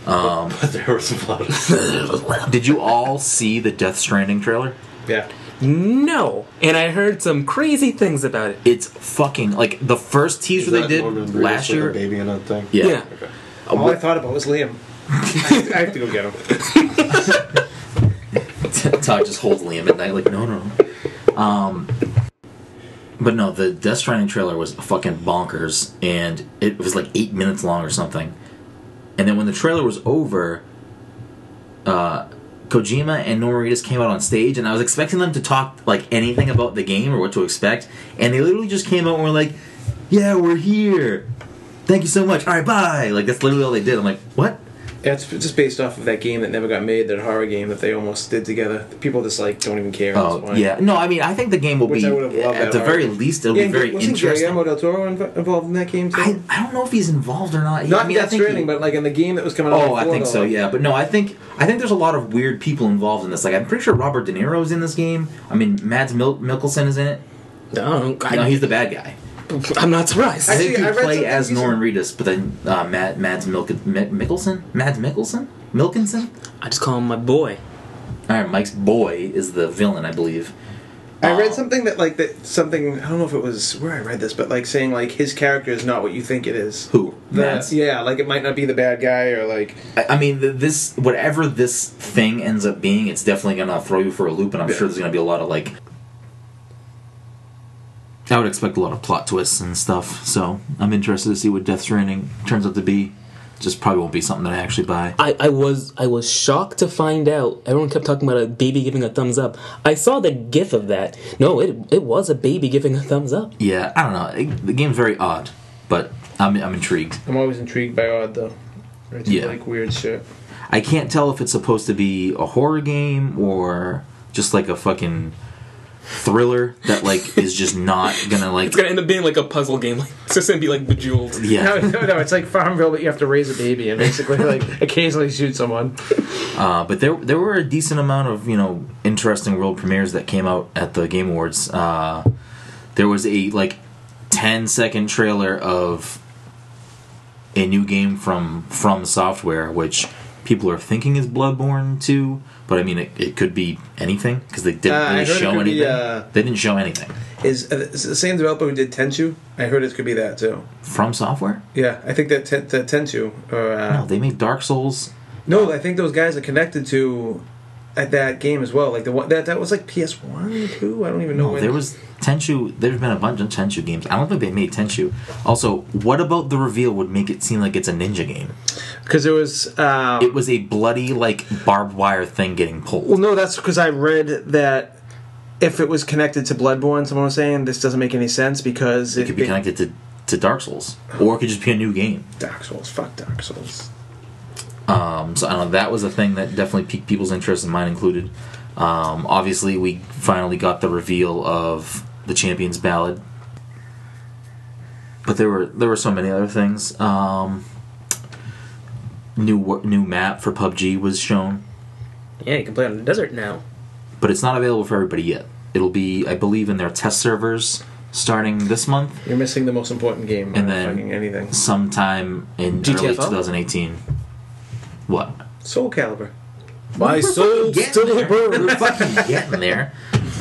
But (laughs) there were some flautists.
Did you all see the Death Stranding trailer?
Yeah.
No, and I heard some crazy things about it.
It's fucking like the first teaser they did last year.
baby in a thing.
Yeah.
Yeah,
All I thought about was Liam. (laughs) I I have to go get him.
(laughs) Todd just holds Liam at night, like, no, no. Um, but no, the Death Stranding trailer was fucking bonkers, and it was like eight minutes long or something. And then when the trailer was over, uh, Kojima and Norita came out on stage, and I was expecting them to talk like anything about the game or what to expect, and they literally just came out and were like, "Yeah, we're here. Thank you so much. All right, bye." Like that's literally all they did. I'm like, what?
That's just based off of that game that never got made, that horror game that they almost did together. People just like don't even care. It's
Oh
fine.
yeah, no. I mean, I think the game will
Which
be
I would've loved
at
that
the very
already.
least it'll
Yeah,
be
and
very
wasn't
interesting.
Guillermo del Toro inv- involved in that game too?
I, I don't know if he's involved or not.
Not
I
I
mean, I
Death
think he-
Stranding, but like in the game that was coming out.
oh, I
before,
think
though,
so.
like-
Yeah, but no, I think I think there's a lot of weird people involved in this. Like, I'm pretty sure Robert De Niro's in this game. I mean, Mads Mil- Mikkelsen is in it.
no, I,
No, he's the bad guy.
I'm not surprised.
I
Actually,
think you
I read
play
something
as
recent-
Norman Reedus, but then uh, Mad, Mads Milk- Mi- Mikkelsen, Mads Mikkelsen, Milkinson.
I just call him my boy.
All right, Mike's boy is the villain, I believe.
I
Oh.
read something that like that something I don't know if it was where I read this, but like saying like his character is not what you think it is.
Who?
That yeah, like it might not be the bad guy or like
I I mean, th- this whatever this thing ends up being, it's definitely gonna throw you for a loop, and I'm sure there's gonna be a lot of like. I would expect a lot of plot twists and stuff, so I'm interested to see what Death Stranding turns out to be. Just probably won't be something that I actually buy.
I, I was I was shocked to find out everyone kept talking about a baby giving a thumbs up. I saw the gif of that. No, it it was a baby giving a thumbs up.
Yeah, I don't know. It, the game's very odd, but I'm I'm intrigued.
I'm always intrigued by odd though. Or it's
Yeah.
like weird shit.
I can't tell if it's supposed to be a horror game or just like a fucking thriller that like is just not gonna like.
It's gonna end up being like a puzzle game. Like, it's just gonna be like bejeweled.
Yeah.
(laughs)
No, no, no, it's like Farmville, but you have to raise a baby and basically (laughs) like occasionally shoot someone.
Uh, but there there were a decent amount of you know interesting world premieres that came out at the Game Awards. Uh, there was a like 10 second trailer of a new game from From Software, which people are thinking is Bloodborne 2, but I mean it, it could be anything because they didn't
Uh, I
really
heard it
show
could be,
anything.
uh,
They didn't show anything
Is, uh, is the same developer who did Tenchu? I heard it could be that too.
from Software.
Yeah, I think that ten, that Tenchu or uh,
No, they made Dark Souls.
no. I think those guys are connected to. at that game as well. Like the one that that was like PS one, two. I don't even know.
Oh,
when.
there was Tenchu. There's been a bunch of Tenchu games. I don't think they made Tenchu. Also, what about the reveal would make it seem like it's a ninja game?
because there was. Um,
It was a bloody like barbed wire thing getting pulled.
well, no, that's because I read that if it was connected to Bloodborne, someone was saying this doesn't make any sense because
It could be connected to, to Dark Souls, or it could just be a new game.
Dark Souls. Fuck Dark Souls.
Um, so I don't know. That was a thing that definitely piqued people's interest, and mine included. Um, obviously, we finally got the reveal of the Champions Ballad, but there were there were so many other things. Um, new wor- new map for PUBG was shown,
Yeah, you can play on the desert now.
but it's not available for everybody yet. It'll be, I believe, in their test servers starting this month,
You're missing the most important game.
And
out of
then-
fucking anything.
sometime in early
GTFO?
2018. What?
Soul Calibur. (laughs)
My soul still burns.
We're fucking getting there.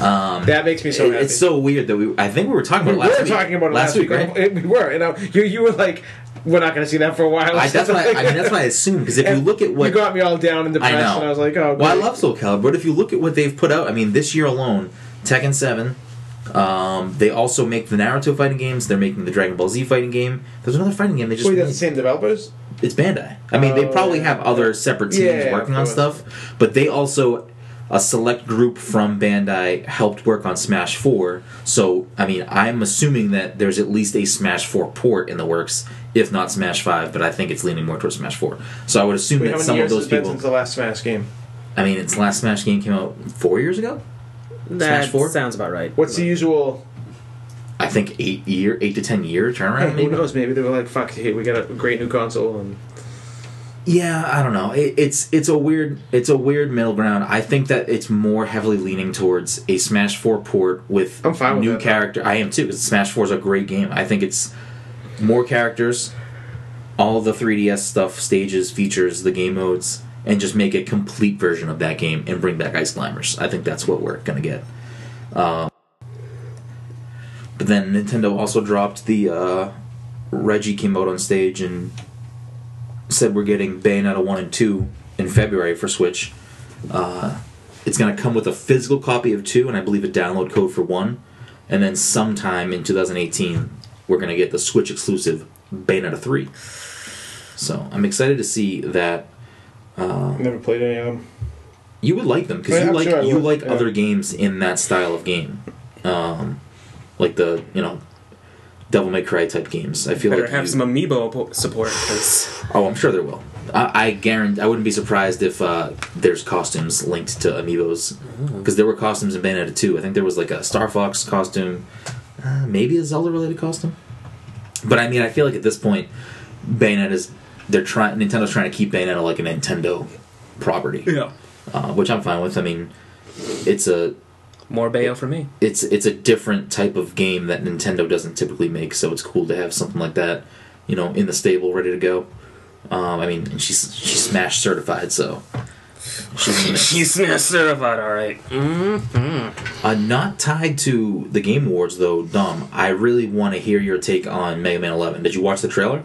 Um, That makes me so
It-
happy.
it's so weird that we. I think we were talking about
we
it last
were
week.
talking about it
last week, right?
We were, and I, you you were like, "We're not going to see that for a (laughs) while."
I, that's what I, I mean, that's what I assume because if you
And
look at what
you got me all down in the
I
press,
know,
and I was like, "Oh,
well, I
great.
love Soul Calibur, but if you look at what they've put out, I mean, this year alone, Tekken Seven. Um, they also make the Naruto fighting games. They're making the Dragon Ball Z fighting game. There's another fighting game they just
Wait, that's the
made.
same developers.
it's Bandai. I mean, they
Oh,
probably have other separate teams
Yeah,
working
of
on
course.
stuff, but they also a select group from Bandai helped work on Smash 4. So, I mean, I'm assuming that there's at least a Smash 4 port in the works, if not Smash 5, but I think it's leaning more towards Smash 4. So, I would assume
Wait,
that
how many
some of
years
those
has it been
people
since the last Smash game?
I mean, its last Smash game came out 4 years ago.
That
four?
sounds about right.
What's the usual?
I think 8 year 8 to 10 year turnaround
who
maybe.
knows? Maybe they were like, "Fuck, hey, we got a great new console." And
Yeah, I don't know. It, it's it's a weird it's a weird middle ground. I think that it's more heavily leaning towards a Smash Four port with
I'm fine with
new
that.
character. I am too because Smash Four is a great game. I think it's more characters, all the 3DS stuff, stages, features, the game modes, and just make a complete version of that game and bring back Ice Climbers. I think that's what we're gonna get. Uh, but then Nintendo also dropped the uh, Reggie came out on stage and said we're getting Bayonetta 1 and 2 in February for Switch. Uh, it's going to come with a physical copy of 2 and I believe a download code for 1. And then sometime in 2018, we're going to get the Switch exclusive Bayonetta 3. So I'm excited to see that.
never played any of
um,
them.
You would like them because
Yeah,
you
I'm
like
sure I
you
would,
like
yeah.
other games in that style of game, um, like the you know Devil May Cry type games. I feel
Better
like
have
you-
some amiibo po- support because
Oh, I'm sure there will. I, I guarantee. I wouldn't be surprised if uh, there's costumes linked to amiibos because there were costumes in Bayonetta 2. I think there was like a Star Fox costume, uh, maybe a Zelda related costume. But I mean, I feel like at this point, Bayonetta's they're trying. Nintendo's trying to keep Bayonetta like a Nintendo property,
yeah,
uh, which I'm fine with. I mean, it's a
more Bayo
(laughs)
for me.
it's it's a different type of game that Nintendo doesn't typically make, so it's cool to have something like that, you know, in the stable, ready to go. Um, I mean, and she's she's Smash certified, so she's in it.
She's not certified, all right. Mm-hmm.
uh, not tied to the Game Awards though. Dumb. I really want to hear your take on Mega Man 11. Did you watch the trailer?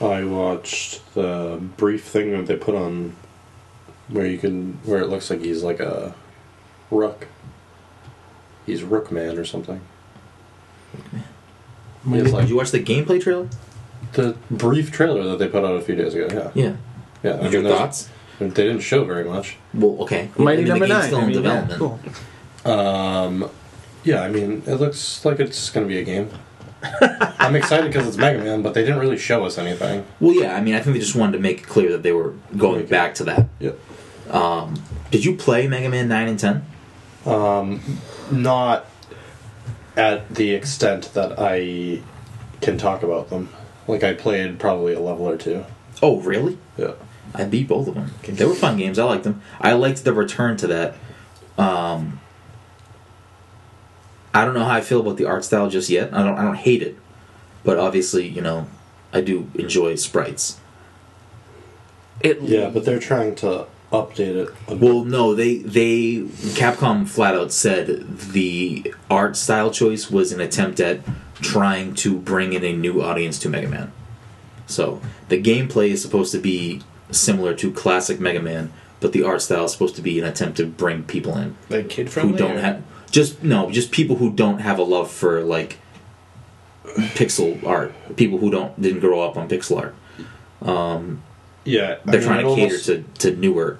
I watched the brief thing that they put on where you can where it looks like he's like a rook. He's Rook Man or something. He has,
Did
like
you watch the gameplay trailer?
the brief trailer that they put out a few days ago. Yeah,
Yeah.
yeah. I mean,
Your
there's-
thoughts?
They didn't show very much.
Well, okay.
Mighty
I mean,
Number
the game's
Nine.
still in
I mean, yeah,
development.
cool.
Um, yeah, I mean, it looks like it's going to be a
(laughs)
game. I'm excited because it's Mega Man, but they didn't really show us anything.
Well, yeah. I mean, I think they just wanted to make it clear that they were going
Okay.
back to that.
Yep.
Did you play Mega Man 9 and 10?
Not at the extent that I can talk about them. Like I played probably a level or two.
Oh, really?
Yeah.
I beat both of them. They were fun games. I liked them. I liked the return to that. Um, I don't know how I feel about the art style just yet. I don't. I don't hate it, but obviously, you know, I do enjoy sprites.
It
Yeah, but they're trying to update it. A bit.
Well, no, they they Capcom flat out said the art style choice was an attempt at trying to bring in a new audience to Mega Man. So the gameplay is supposed to be similar to classic Mega Man, but but the art style is supposed to be an attempt to bring people in
Like kid
who don't have just no, just people who don't have a love for like pixel art. People who don't didn't grow up on pixel art.
Yeah, I
They're
mean,
trying
it
to cater
almost-
to to newer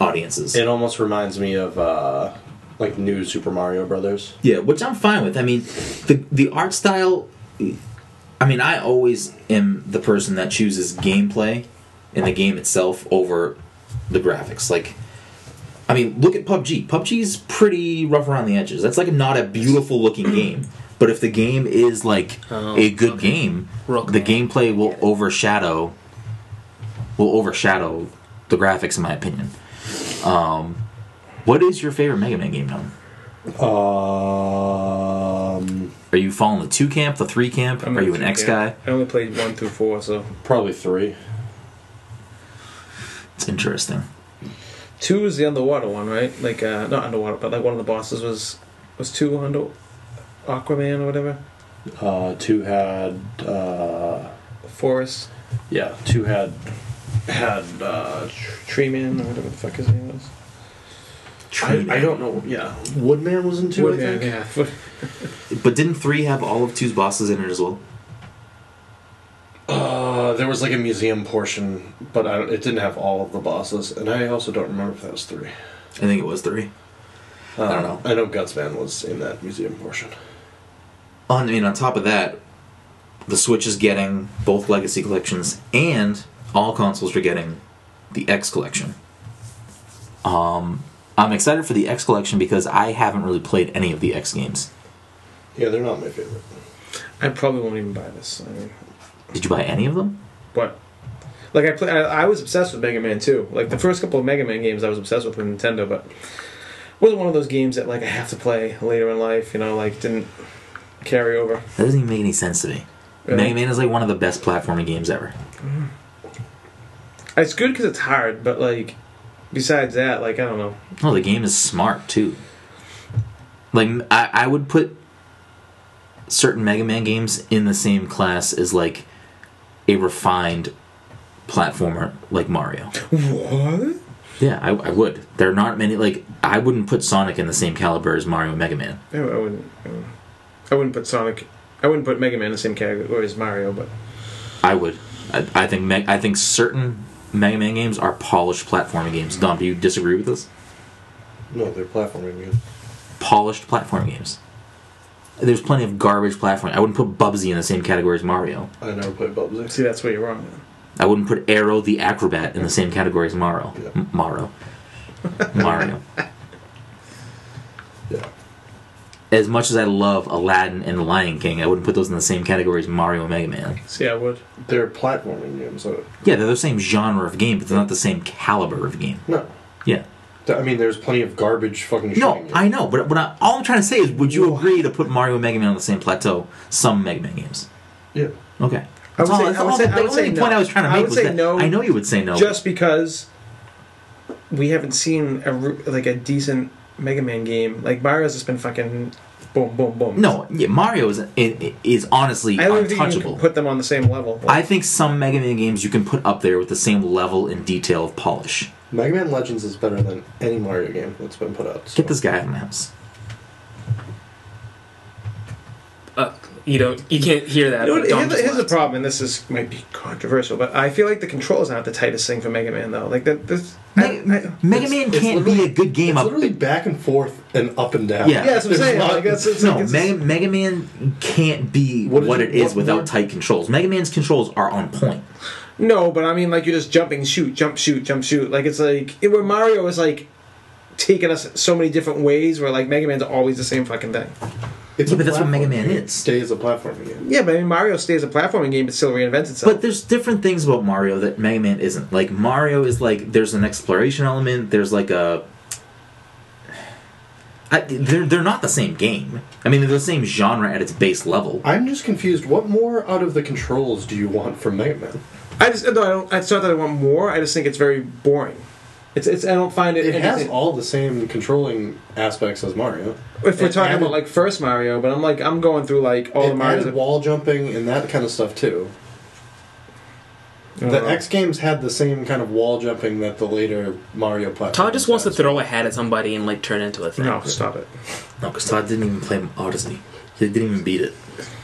audiences.
It almost reminds me of uh, like new Super Mario Brothers.
Yeah, which I'm fine with. I mean, the the art style. I mean, I always am the person that chooses gameplay in the game itself over the graphics. Like, I mean, look at PUBG. PUBG is pretty rough around the edges. That's like not a beautiful looking game. But if the game is like a good game,
Rook
the
Man.
gameplay will overshadow will overshadow the graphics, in my opinion. Um, what is your favorite Mega Man game, Tom?
Um,
Are you following the two camp, the three camp?
I'm
Are
in
you an
two
X guy?
camp. I only played one through four, so
probably three.
It's interesting.
two is the underwater one, right? Like uh, not underwater, but like one of the bosses was was two under Aquaman or whatever.
Uh, two had uh,
Forest
yeah, two had had. Uh,
Tree Man or whatever the fuck his name was.
I,
Tree
I
Man.
don't know. Yeah, Woodman was in two. I
Woodman,
think.
yeah.
But didn't three have all of two's bosses in it as well?
Uh, there was like a museum portion, but I don't, it didn't have all of the bosses, and I also don't remember if that was three.
I think it was three. I don't know.
I know Gutsman was in that museum portion.
Uh.
On, I mean, on top of that, the Switch is getting both legacy collections, and all consoles are getting the X collection. Um, I'm excited for the X collection because I haven't really played any of the X games.
Yeah, they're not my favorite.
I probably won't even buy this. I mean,
Did you buy any of them?
what? Like I play, I, I was obsessed with Mega Man too. Like the first couple of Mega Man games, I was obsessed with on Nintendo, but it wasn't one of those games that like I have to play later in life. You know, like didn't carry over.
That doesn't even make any sense to me.
Really?
Mega Man is like one of the best platforming games ever.
It's good because it's hard, but like besides that, like I don't know.
No, the game is smart too. Like I, I would put certain Mega Man games in the same class as like a refined platformer like Mario.
What?
Yeah, I, I would. There are not many like I wouldn't put Sonic in the same caliber as Mario and Mega Man.
I, I wouldn't. I wouldn't- I wouldn't put Sonic. I wouldn't put Mega Man in the same category as Mario, but
I would. I, I think Meg, I think certain Mega Man games are polished platforming games. Dom, do you disagree with this?
No, they're platforming games.
Polished platform games. There's plenty of garbage platforming. I wouldn't put Bubsy in the same category as Mario.
I never played Bubsy.
see, that's where you're wrong.
I wouldn't put Arrow the Acrobat in the same category as Mario.
Yeah.
M- Mario. Mario.
Yeah.
As much as I love Aladdin and Lion King, I wouldn't put those in the same category as Mario and Mega Man.
See, I would.
They're platforming games. So
Yeah, they're the same genre of game, but they're not the same caliber of game.
no.
Yeah.
Th- I mean, there's plenty of garbage fucking
No,
shooting
I
games.
know, but what I, all I'm trying to say is would you agree to put Mario and Mega Man on the same plateau? Some Mega Man games.
Yeah.
Okay.
I would
That's all-
say-
that's
I would
all-
say-
the
I
only
would say
point
no.
I was trying to
I
make
would
was
say
that
no.
I know you would say no.
Just because we haven't seen a re- like a decent Mega Man game, like Mario's just been fucking boom, boom, boom.
no, yeah, Mario is is, is honestly
I don't think you
untouchable.
can put them on the same level.
I think some Mega Man games you can put up there with the same level and detail of polish.
Mega Man Legends is better than any Mario game that's been put out. so-
Get this guy out of my house.
Uh, you don't. You can't hear that.
You know what,
but Dom
here's,
just
here's the
laughed.
problem, and this is might be controversial, but I feel like the controls aren't the tightest thing for Mega Man though. Like that, this, I- I-
Mega Man
it's
can't be
literally-
a good game
It's
up.
literally back and forth and up and down.
Yeah.
yeah, that's what I'm
There's
saying.
not-
like, that's, it's,
No,
like, it's,
Mega, Mega Man can't be
What
what,
did you-
it is
what-
without
what-
tight controls. Mega Man's controls are on point.
No, but I mean, like you're just jumping, shoot, jump, shoot, jump, shoot. Like it's like it, where Mario is like taking us so many different ways. Where like Mega Man's always the same fucking thing.
It's
Yeah,
a
but that's what
platform
Mega Man
game.
is.
It Stays a platforming game.
Yeah, but I mean, Mario stays a platforming game, but still reinvents itself.
But there's different things about Mario that Mega Man isn't. Like Mario is like there's an exploration element. There's like a. I, they're they're not the same game. I mean, they're the same genre at its base level.
I'm just confused. What more out of the controls do you want from Mega Man?
I just no, I don't. It's not that I want more. I just think it's very boring. It's, it's I don't find it.
It has
anything-
all the same controlling aspects as Mario.
if we're
it
talking
added-
about like first Mario, but I'm like I'm going through like all
It
the Mario's.
added wall jumping and that kind of stuff too. The X Games had the same kind of wall jumping that the later Mario platform.
Todd just wants to throw a hat at somebody and like turn it into a thing.
No, stop it.
No, because Todd didn't even play Odyssey. He didn't even beat it.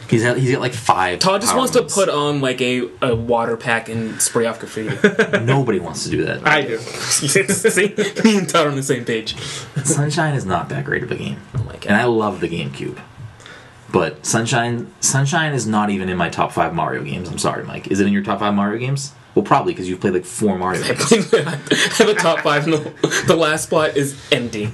He's had, he's got like five.
Todd just
power
wants to
moves.
put on like a, a water pack and spray off graffiti. (laughs)
Nobody wants to do that.
I do.
See, me and Todd are on the same page.
Sunshine is not that great of a game.
Oh my
and
god.
I love the GameCube. But Sunshine Sunshine is not even in my top five Mario games. I'm sorry, Mike. Is it in your top five Mario games? Well, probably because you've played like four Mario.
I
games.
(laughs) believe that (laughs) I have a top five, and the, the last spot is empty.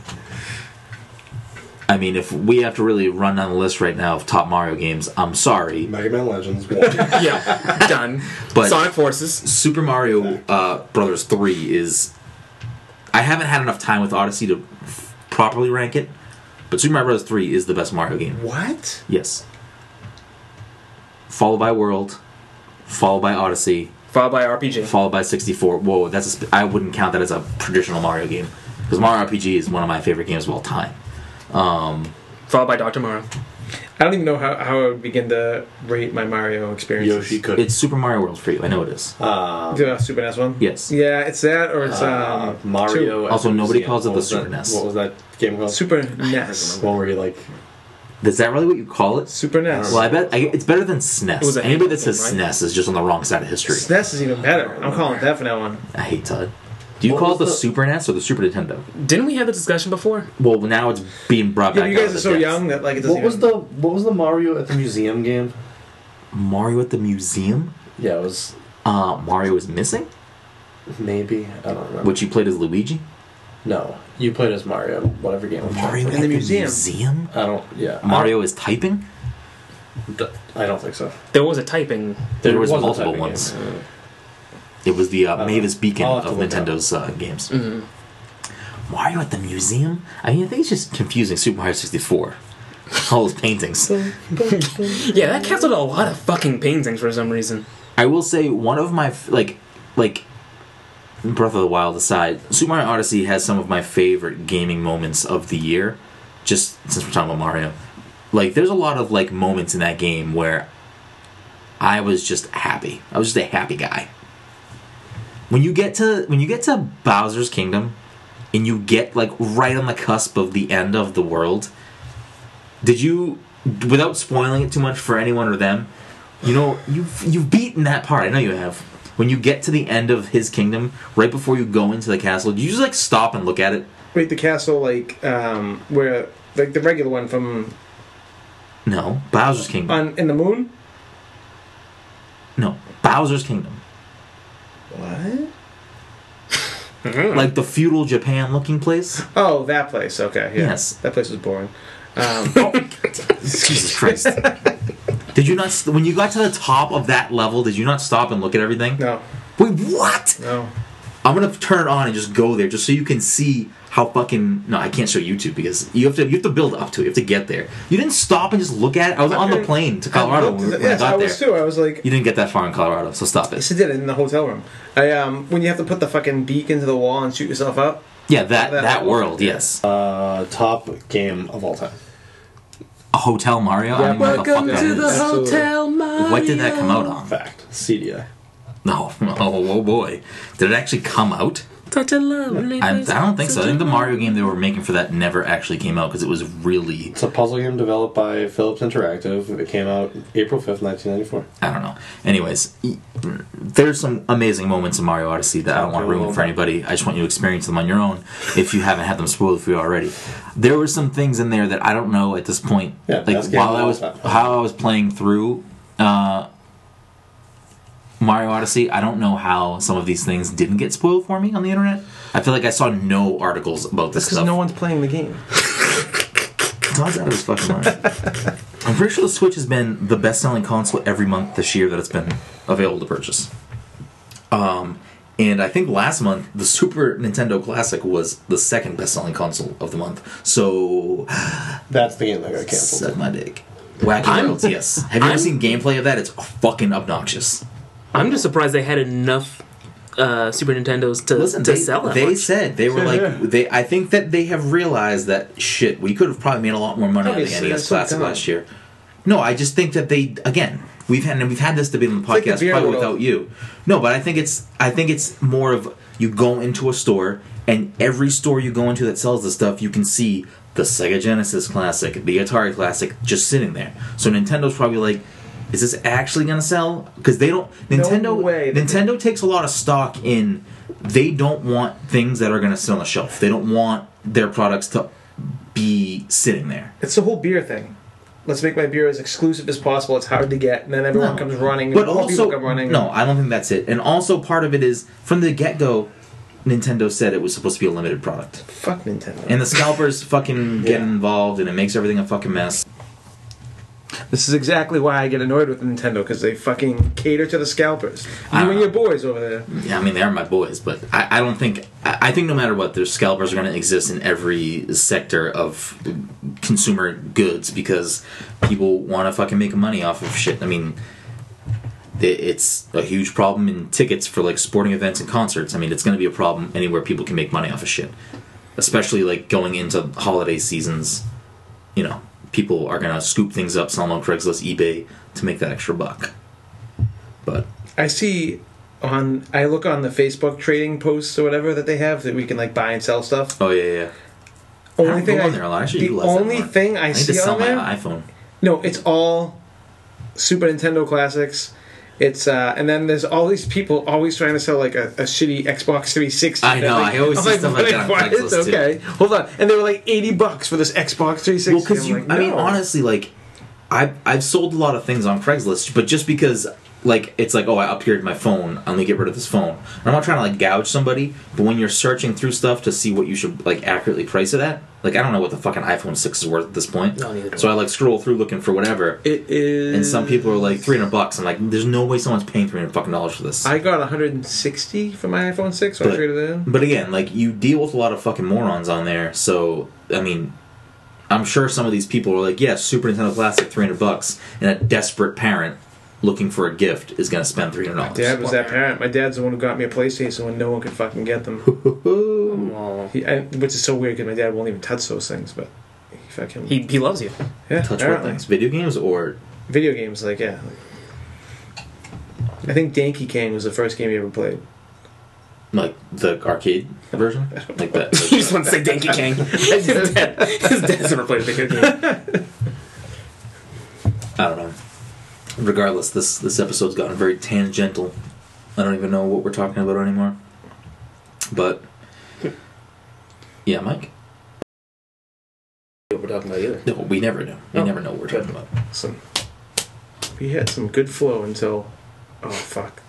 I mean, if we have to really run down the list right now of top Mario games, I'm sorry.
Mega Man Legends. (laughs) Wall.
Yeah, done.
But-
Sonic Forces.
Super Mario uh, Brothers Three is. I haven't had enough time with Odyssey to f- properly rank it, but Super Mario Brothers Three is the best Mario game.
What?
Yes. Followed by World, followed by Odyssey,
Followed by RPG.
followed by 64. Whoa, that's a sp- I wouldn't count that as a traditional Mario game because Mario RPG is one of my favorite games of all time.
Followed by Dr. Mario.
I don't even know how, how I would begin to rate my Mario experience.
Yoshi could.
It's Super Mario World for you. I know it is.
uh,
The Super NES one?
Yes.
Yeah, it's that or it's um,
uh, Mario.
two-
at
Also,
the
nobody
museum.
calls it
What
the
was that-
Super E NES.
What was that game called?
Super E NES.
What were you like?
Is that really what you call it?
Super E NES.
Well, I bet I, it's better than SNES.
It was a
Anybody that
handheld
says
thing, right? E
SNES is just on the wrong side of history.
NES E is even better. I'm calling it that for now on.
I hate Todd. Do you
What
call it
was
the,
the-
Super NES or the Super Nintendo?
Didn't we have the discussion before?
Well, now it's being brought
Yeah,
back.
but you
out of
guys
the
are so
depths.
young that like it doesn't.
What was
even-
the What was the Mario at the museum game?
Mario at the museum.
Yeah, it was
Uh, Mario is missing,
maybe I don't remember.
which you played as Luigi.
No, you played as Mario. Whatever game. I'm trying
Mario
to
at
the museum.
museum?
think. I don't. Yeah.
Mario is typing.
I don't think so.
There was a typing.
There was
wasn't
multiple
typing game.
ones. It was the uh,
don't
Mavis
know.
Beacon
I'll have to
of
look it up.
Nintendo's uh, games.
Mm-hmm.
Mario at the museum? I mean, I think it's just confusing Super Mario 64. (laughs) All those paintings.
Yeah, that canceled a lot of fucking paintings for some reason.
I will say one of my f- like like Breath of the Wild aside, Super Mario Odyssey has some of my favorite gaming moments of the year. Just since we're talking about Mario, like there's a lot of like moments in that game where I was just happy. I was just a happy guy. When you get to when you get to Bowser's Kingdom, and you get like right on the cusp of the end of the world, did you without spoiling it too much for anyone or them you know you've you've beaten that part i know you have when you get to the end of his kingdom right before you go into the castle do you just like stop and look at it
Wait, the castle like um where like the regular one from
no bowser's kingdom
on in the moon?
no bowser's kingdom
What?
like the feudal japan looking place
Oh, that place. Okay. Yeah.
Yes.
That place was boring.
(laughs)
Um,
Oh, jesus christ did you not when you got to the top of that level did you not stop and look at everything
no,
wait what
no.
I'm gonna turn it on and just go there, just so you can see how fucking. No, I can't show YouTube because you have to. You have to build up to it. You have to get there. You didn't stop and just look at it. I was on the plane to Colorado when, we- when
yes,
I
I
got
was
there.
too. I was like,
You didn't get that far in Colorado, so stop
yes,
it.
I did it in the hotel room. I um, when you have to put the fucking beak into the wall and shoot yourself up.
Yeah, that
That-
that world. Yes,
Uh, top game of all time.
a Hotel Mario. I don't even know what the fuck
Welcome
that
to the
is.
Absolutely.
Hotel Mario.
What did that come out on?
Fact. CDI.
No, (laughs) oh, oh boy, did it actually come out?
Such a lovely
I, I
place.
don't think so. I
Such a
think the Mario
lovely-
game they were making for that never actually came out because it was really
It's a puzzle game developed by Philips Interactive. It came out April 5th, 1994.
I don't know. Anyways, e- there's some amazing moments in Mario Odyssey that I don't want to ruin for anybody. I just want you to experience them on your own if you haven't had them spoiled for you already. There were some things in there that I don't know at this point.
Yeah,
like
best game
while
of
I
all
was
time.
how I was playing through uh, Mario Odyssey, I don't know how some of these things didn't get spoiled for me on the internet. I feel like I saw no articles about this
Because
stuff.
no one's playing the game.
Todd's out of his fucking mind.
(laughs)
I'm pretty sure the Switch has been the best-selling console every month this year that it's been available to purchase. Um, and I think last month the Super Nintendo Classic was the second best-selling console of the month. So
That's the game that got canceled.
suck my dick. Wacky Worlds, yes. Have you
I'm-
ever seen gameplay of that? It's fucking obnoxious.
I'm just surprised they had enough uh, Super Nintendos to,
Listen,
to
they,
sell that
they
much.
said they were like they. I think that they have realized that shit. We could have probably made a lot more money on the
Obviously,
NES
that's so
Classic
dumb.
last year. No, I just think that they again We've had and we've had this debate on the
like the
podcast
beer
probably
world.
without you. No, but I think it's I think it's more of you go into a store and every store you go into that sells this stuff, you can see the Sega Genesis Classic, the Atari Classic, just sitting there. So Nintendo's probably like, is this actually going to sell? Because they don't. Nintendo.
way.
Nintendo takes a lot of stock in. They don't want things that are going to sit on the shelf. They don't want their products to be sitting there.
It's the whole beer thing. Let's make my beer as exclusive as possible. It's hard to get, and then everyone
No.
comes running.
But
more
also,
people come running.
no, I don't think that's it. And also, part of it is from the get go, Nintendo said it was supposed to be a limited product,
fuck Nintendo.
and the scalpers fucking get involved, and it makes everything a fucking mess.
this is exactly why I get annoyed with Nintendo because they fucking cater to the scalpers.
I
You
don't
and your boys over there.
Yeah, I mean, they are my boys, but I, I don't think I, I think no matter what, there's scalpers are going to exist in every sector of consumer goods because people want to fucking make money off of shit. I mean, i- it's a huge problem in tickets for like sporting events and concerts. I mean, it's going to be a problem anywhere people can make money off of shit, especially like going into holiday seasons. You know, people are going to scoop things up, sell them on Craigslist, eBay to make that extra buck. But
I see on I look on the Facebook trading posts or whatever that they have that we can like buy and sell stuff.
oh yeah, yeah. yeah.
Only
I don't
thing
go
I,
on there a lot. I should
the
utilize that
only
more.
thing I,
I need
see
to sell
on there,
my iPhone.
no, it's all Super Nintendo classics. It's uh, and then there's all these people always trying to sell like a, a shitty Xbox 360.
I know, I always
I'm
see stuff like that on
what?
Craigslist, too.
okay, hold on, and they were like 80 bucks for this Xbox 360.
Well, because
I'm
you,
like,
I mean,
no.
honestly, like, I've I've sold a lot of things on Craigslist, but just because, like, it's like, oh, I upgraded my phone, I'm gonna get rid of this phone. And I'm not trying to like gouge somebody, but when you're searching through stuff to see what you should like accurately price it at, like, I don't know what the fucking iPhone six is worth at this point.
No, neither do
so I like scroll through looking for whatever,
it is.
and some people are like 300 bucks. I'm like, there's no way someone's paying 300 fucking dollars for this.
I got 160 for my iPhone 6 when I
But-
traded it in.
But again, like you deal with a lot of fucking morons on there, so I mean, I'm sure some of these people are like, "Yeah, Super Nintendo Classic, three hundred bucks," and a desperate parent looking for a gift is going to spend three hundred dollars.
Dad was that parent. My dad's the one who got me a PlayStation when no one could fucking
(laughs)
get them. He, I, which is so weird because my dad won't even touch those things, but he fucking
He, he loves you. (laughs)
yeah,
Touch what
apparently.
things? Video games or
Video games, like yeah. I think Danky Kane was the first game he ever played.
like the arcade version, like that.
He just wants to say Danky (laughs) Kang. his, dad, his dad's never played a video game.
I don't know. Regardless, this this episode's gotten very tangential. I don't even know what we're talking about anymore. But yeah, Mike.
We're talking about Oh. either.
No, we never know. We
No.
never know what we're talking about.
Some we had some good flow until oh fuck.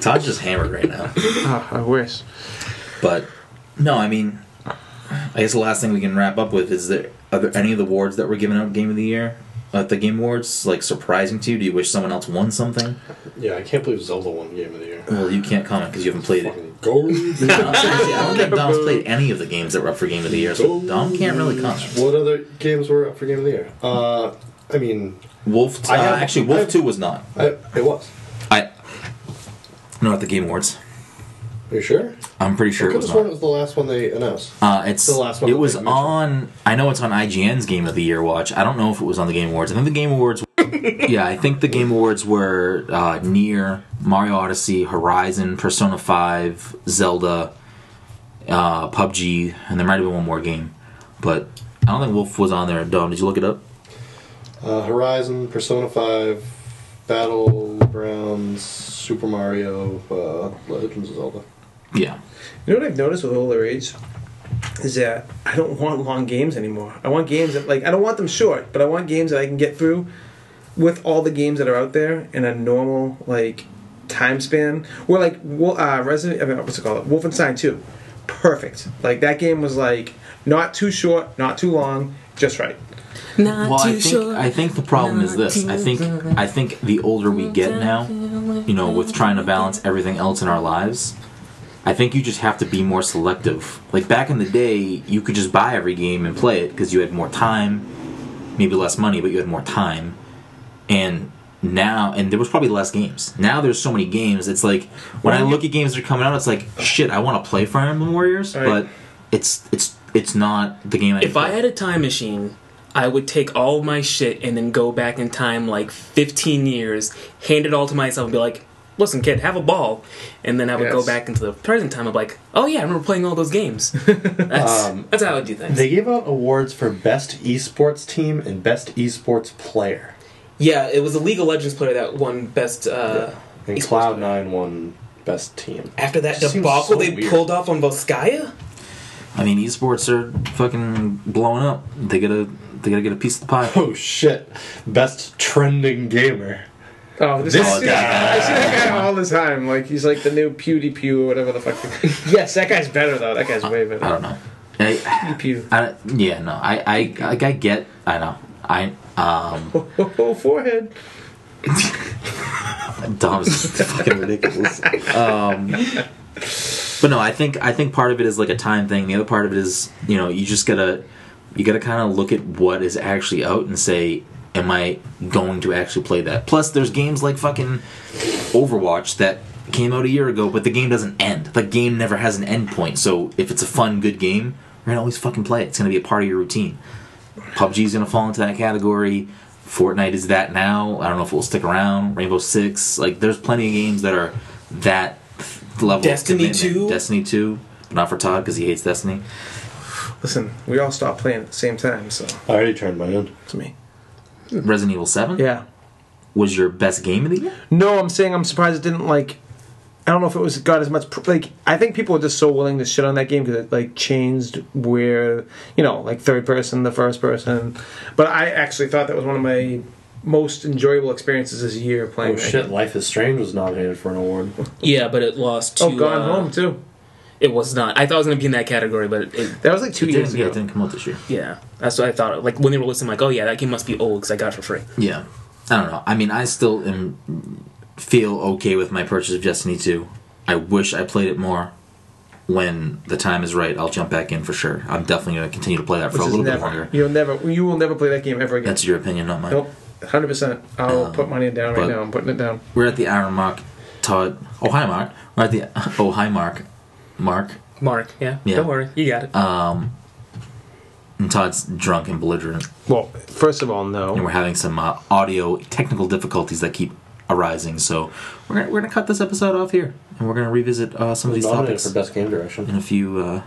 Todd's just hammered right now.
Ah, I wish.
But no, I mean, I guess the last thing we can wrap up with is that are there any of the awards that were given out Game of the Year at the Game Awards like surprising to you? Do you wish someone else won something?
Yeah, I can't believe Zelda won Game of the Year.
Well, you can't comment because you haven't played it.
Fucking go.
(laughs) No, actually, I don't think Dom's played any of the games that were up for Game of the Year, so Dom can't really comment.
What other games were up for Game of the Year? Uh, I mean,
Wolf, uh,
I have-
actually,
I
Wolf
have-
Two was not.
I, it was.
I no at the Game Awards.
Are you sure?
I'm pretty sure
I
it
could have
was
sworn it
not.
was the last one they announced.
Uh, it's
The last one
it
that
was
they mentioned.
on. I know it's on IGN's Game of the Year watch. I don't know if it was on the Game Awards. I think the Game Awards.
(laughs)
yeah, I think the Game Awards were uh, near Mario Odyssey, Horizon, Persona Five, Zelda, uh, PUBG, and there might have been one more game, but I don't think Wolf was on there. Dom, did you look it up?
Uh, Horizon, Persona 5, Battlegrounds, Super Mario, uh, Legends of Zelda.
Yeah,
You know what I've noticed with all their age is that I don't want long games anymore. I want games that like I don't want them short, but I want games that I can get through with all the games that are out there in a normal like time span. Where like Wo- uh, Resident, I mean, what's it called? Wolfenstein Two, perfect. Like that game was like not too short, not too long, just right.
Not
well,
too
I think
sure.
I think the problem is this. I think I think the older we get now, you know, with trying to balance everything else in our lives, I think you just have to be more selective. Like back in the day, you could just buy every game and play it because you had more time, maybe less money, but you had more time. And now, and there was probably less games. Now there's so many games. It's like when I look at games that are coming out, it's like shit. I want to play Fire Emblem Warriors,
All right.
but it's it's it's not the game. I
If I had a time machine, I would take all my shit and then go back in time like 15 years, hand it all to myself, and be like, "Listen, kid, have a ball," and then I would go
Yes.
back into the present time. and be like, "Oh yeah, I remember playing all those (laughs) games." That's that's how I would do things.
They gave out awards for best esports team and best esports player.
yeah, it was a League of Legends player that won best. Uh,
And
Esports
Cloud Nine won best team.
After that
Seems
debacle
so
they
weird.
pulled off on Volskaya?
I mean, esports are fucking blowing up. They gotta they gotta get a piece of the pie.
Oh shit! Best trending gamer.
Oh, this,
This
I see that-
guy.
I see that guy all the time. Like he's like the new PewDiePie or whatever the fuck. (laughs) yes, that guy's better though. That guy's way
I
better.
don't know. I,
PewDiePie.
I, yeah, no, I, I, like, I get, I know, I, um,
(laughs) Oh, oh, forehead.
Dom's fucking ridiculous. Um, but no, I think, I think part of it is like a time thing. The other part of it is, you know, you just gotta, you gotta kind of look at what is actually out and say, am I going to actually play that? Plus, there's games like fucking Overwatch that came out a year ago, but the game doesn't end. The game never has an end point. So if it's a fun, good game, you're gonna always fucking play it. It's gonna be a part of your routine. PUBG's gonna fall into that category. Fortnite is that now. I don't know if it will stick around. Rainbow Six, like there's plenty of games that are that level. of
Destiny
commitment.
2?
Destiny Two, but not for Todd because he hates Destiny.
Listen, we all stopped playing at the same time, so
I already turned mine in.
it's me.
Resident Evil Seven
Yeah.
was your best game of the year.
No, I'm saying I'm surprised it didn't like. I don't know if it was got as much pr- like I think people were just so willing to shit on that game because it like changed where you know like third person the first person, but I actually thought that was one of my most enjoyable experiences this year playing.
Oh
that
shit!
game.
Life is Strange was nominated for an award.
Yeah, but it lost to.
Oh, Gone
uh,
Home too.
It was not. I thought it was going to be in that category, but it, it-
That was like two
It
years
didn't, yeah, it
ago.
didn't come out this year.
yeah. That's what I thought. Like, when they were listening, like, oh, yeah, that game must be old because I got it for free.
Yeah, I don't know. I mean, I still am feel okay with my purchase of Destiny Two. I wish I played it more. When the time is right, I'll jump back in for sure. I'm definitely going to continue to play that for
Which
a
is
little bit
never.
longer.
You'll never. You will never play that game ever again.
That's your opinion, not mine.
nope. Hundred percent. I'll
Um,
put money down right
but-
now. I'm putting it down.
We're at the hour mark, Todd. Oh hi, Mark. We're at the (laughs) oh hi, Mark. Mark
Mark, yeah. Uh,
Yeah.
Don't worry. You got it.
and Todd's drunk and belligerent,
Well, first of all,
and
no.
we're having some uh, audio technical difficulties that keep arising. So we're gonna, we're gonna cut this episode off here, and we're gonna revisit uh, some of
It was
these
nominated
topics
for best game direction.
in a few. Uh,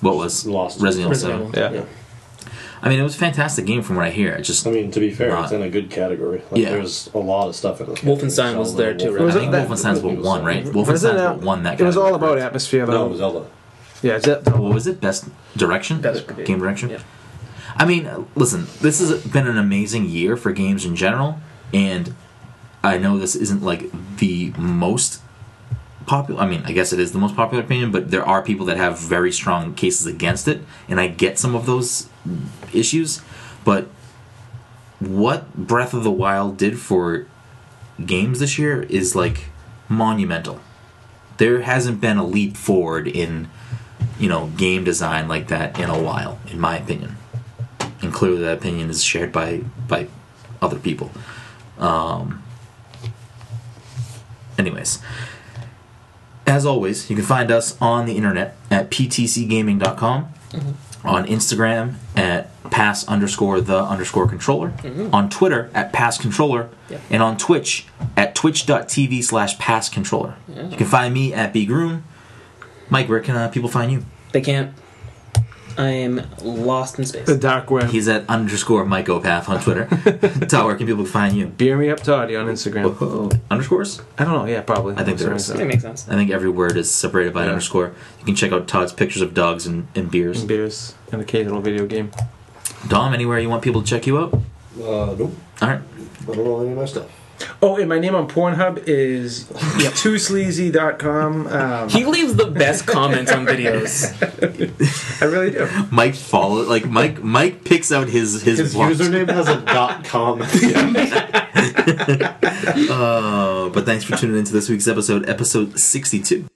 what was
Lost.
Resident Evil
Resident
Seven?
Evil.
Yeah.
Yeah.
I mean, it was a fantastic game from what I hear. It just
I mean, to be fair,
Not-
it's in a good category. Like,
Yeah.
There's a lot of stuff in it.
Wolfenstein
Zelda,
was there, too,
Wolf-
right?
I
Was it
think
that-
Wolfenstein's what won, right?
Was it
Wolfenstein's
that-
what won that.
It was all
category,
about
correct?
atmosphere, though.
No, Zelda.
yeah, Ze-
What was it? Best direction.
Best game.
game direction.
Yeah.
I mean, listen, this has been an amazing year for games in general, and I know this isn't like the most popular. I mean, I guess it is the most popular opinion, but there are people that have very strong cases against it, and I get some of those issues. But what Breath of the Wild did for games this year is like monumental. There hasn't been a leap forward in you know game design like that in a while, in my opinion and clearly that opinion is shared by by other people. Um, anyways, as always, you can find us on the internet at ptcgaming.com, on Instagram at pass underscore the underscore controller, on Twitter at pass controller,
Yep.
and on Twitch at twitch.tv slash pass controller. You can find me at bgroom. Mike, where can uh, people find you?
They can't. I am lost in space.
the dark web.
He's at underscore Mike Opath on Twitter. Todd, where can people find you?
Beer me up, Toddy, on Instagram.
Whoa. Underscores?
I don't know. Yeah, probably.
I think there is.
That makes sense.
I think every word is separated by an
Yeah.
underscore. You can check out Todd's pictures of dogs and, and beers.
beers, an occasional video game.
Dom, anywhere you want people to check you out?
Uh, nope.
All right.
I don't know any of my stuff.
Oh, and my name on Pornhub
(laughs)
is toosleazy.com. Um,
He leaves the best comments on (laughs) videos.
I really do.
Mike follow like Mike Mike picks out his his,
His
blog.
username has a dot (laughs) com.
Uh, but thanks for tuning into this week's episode, episode 62.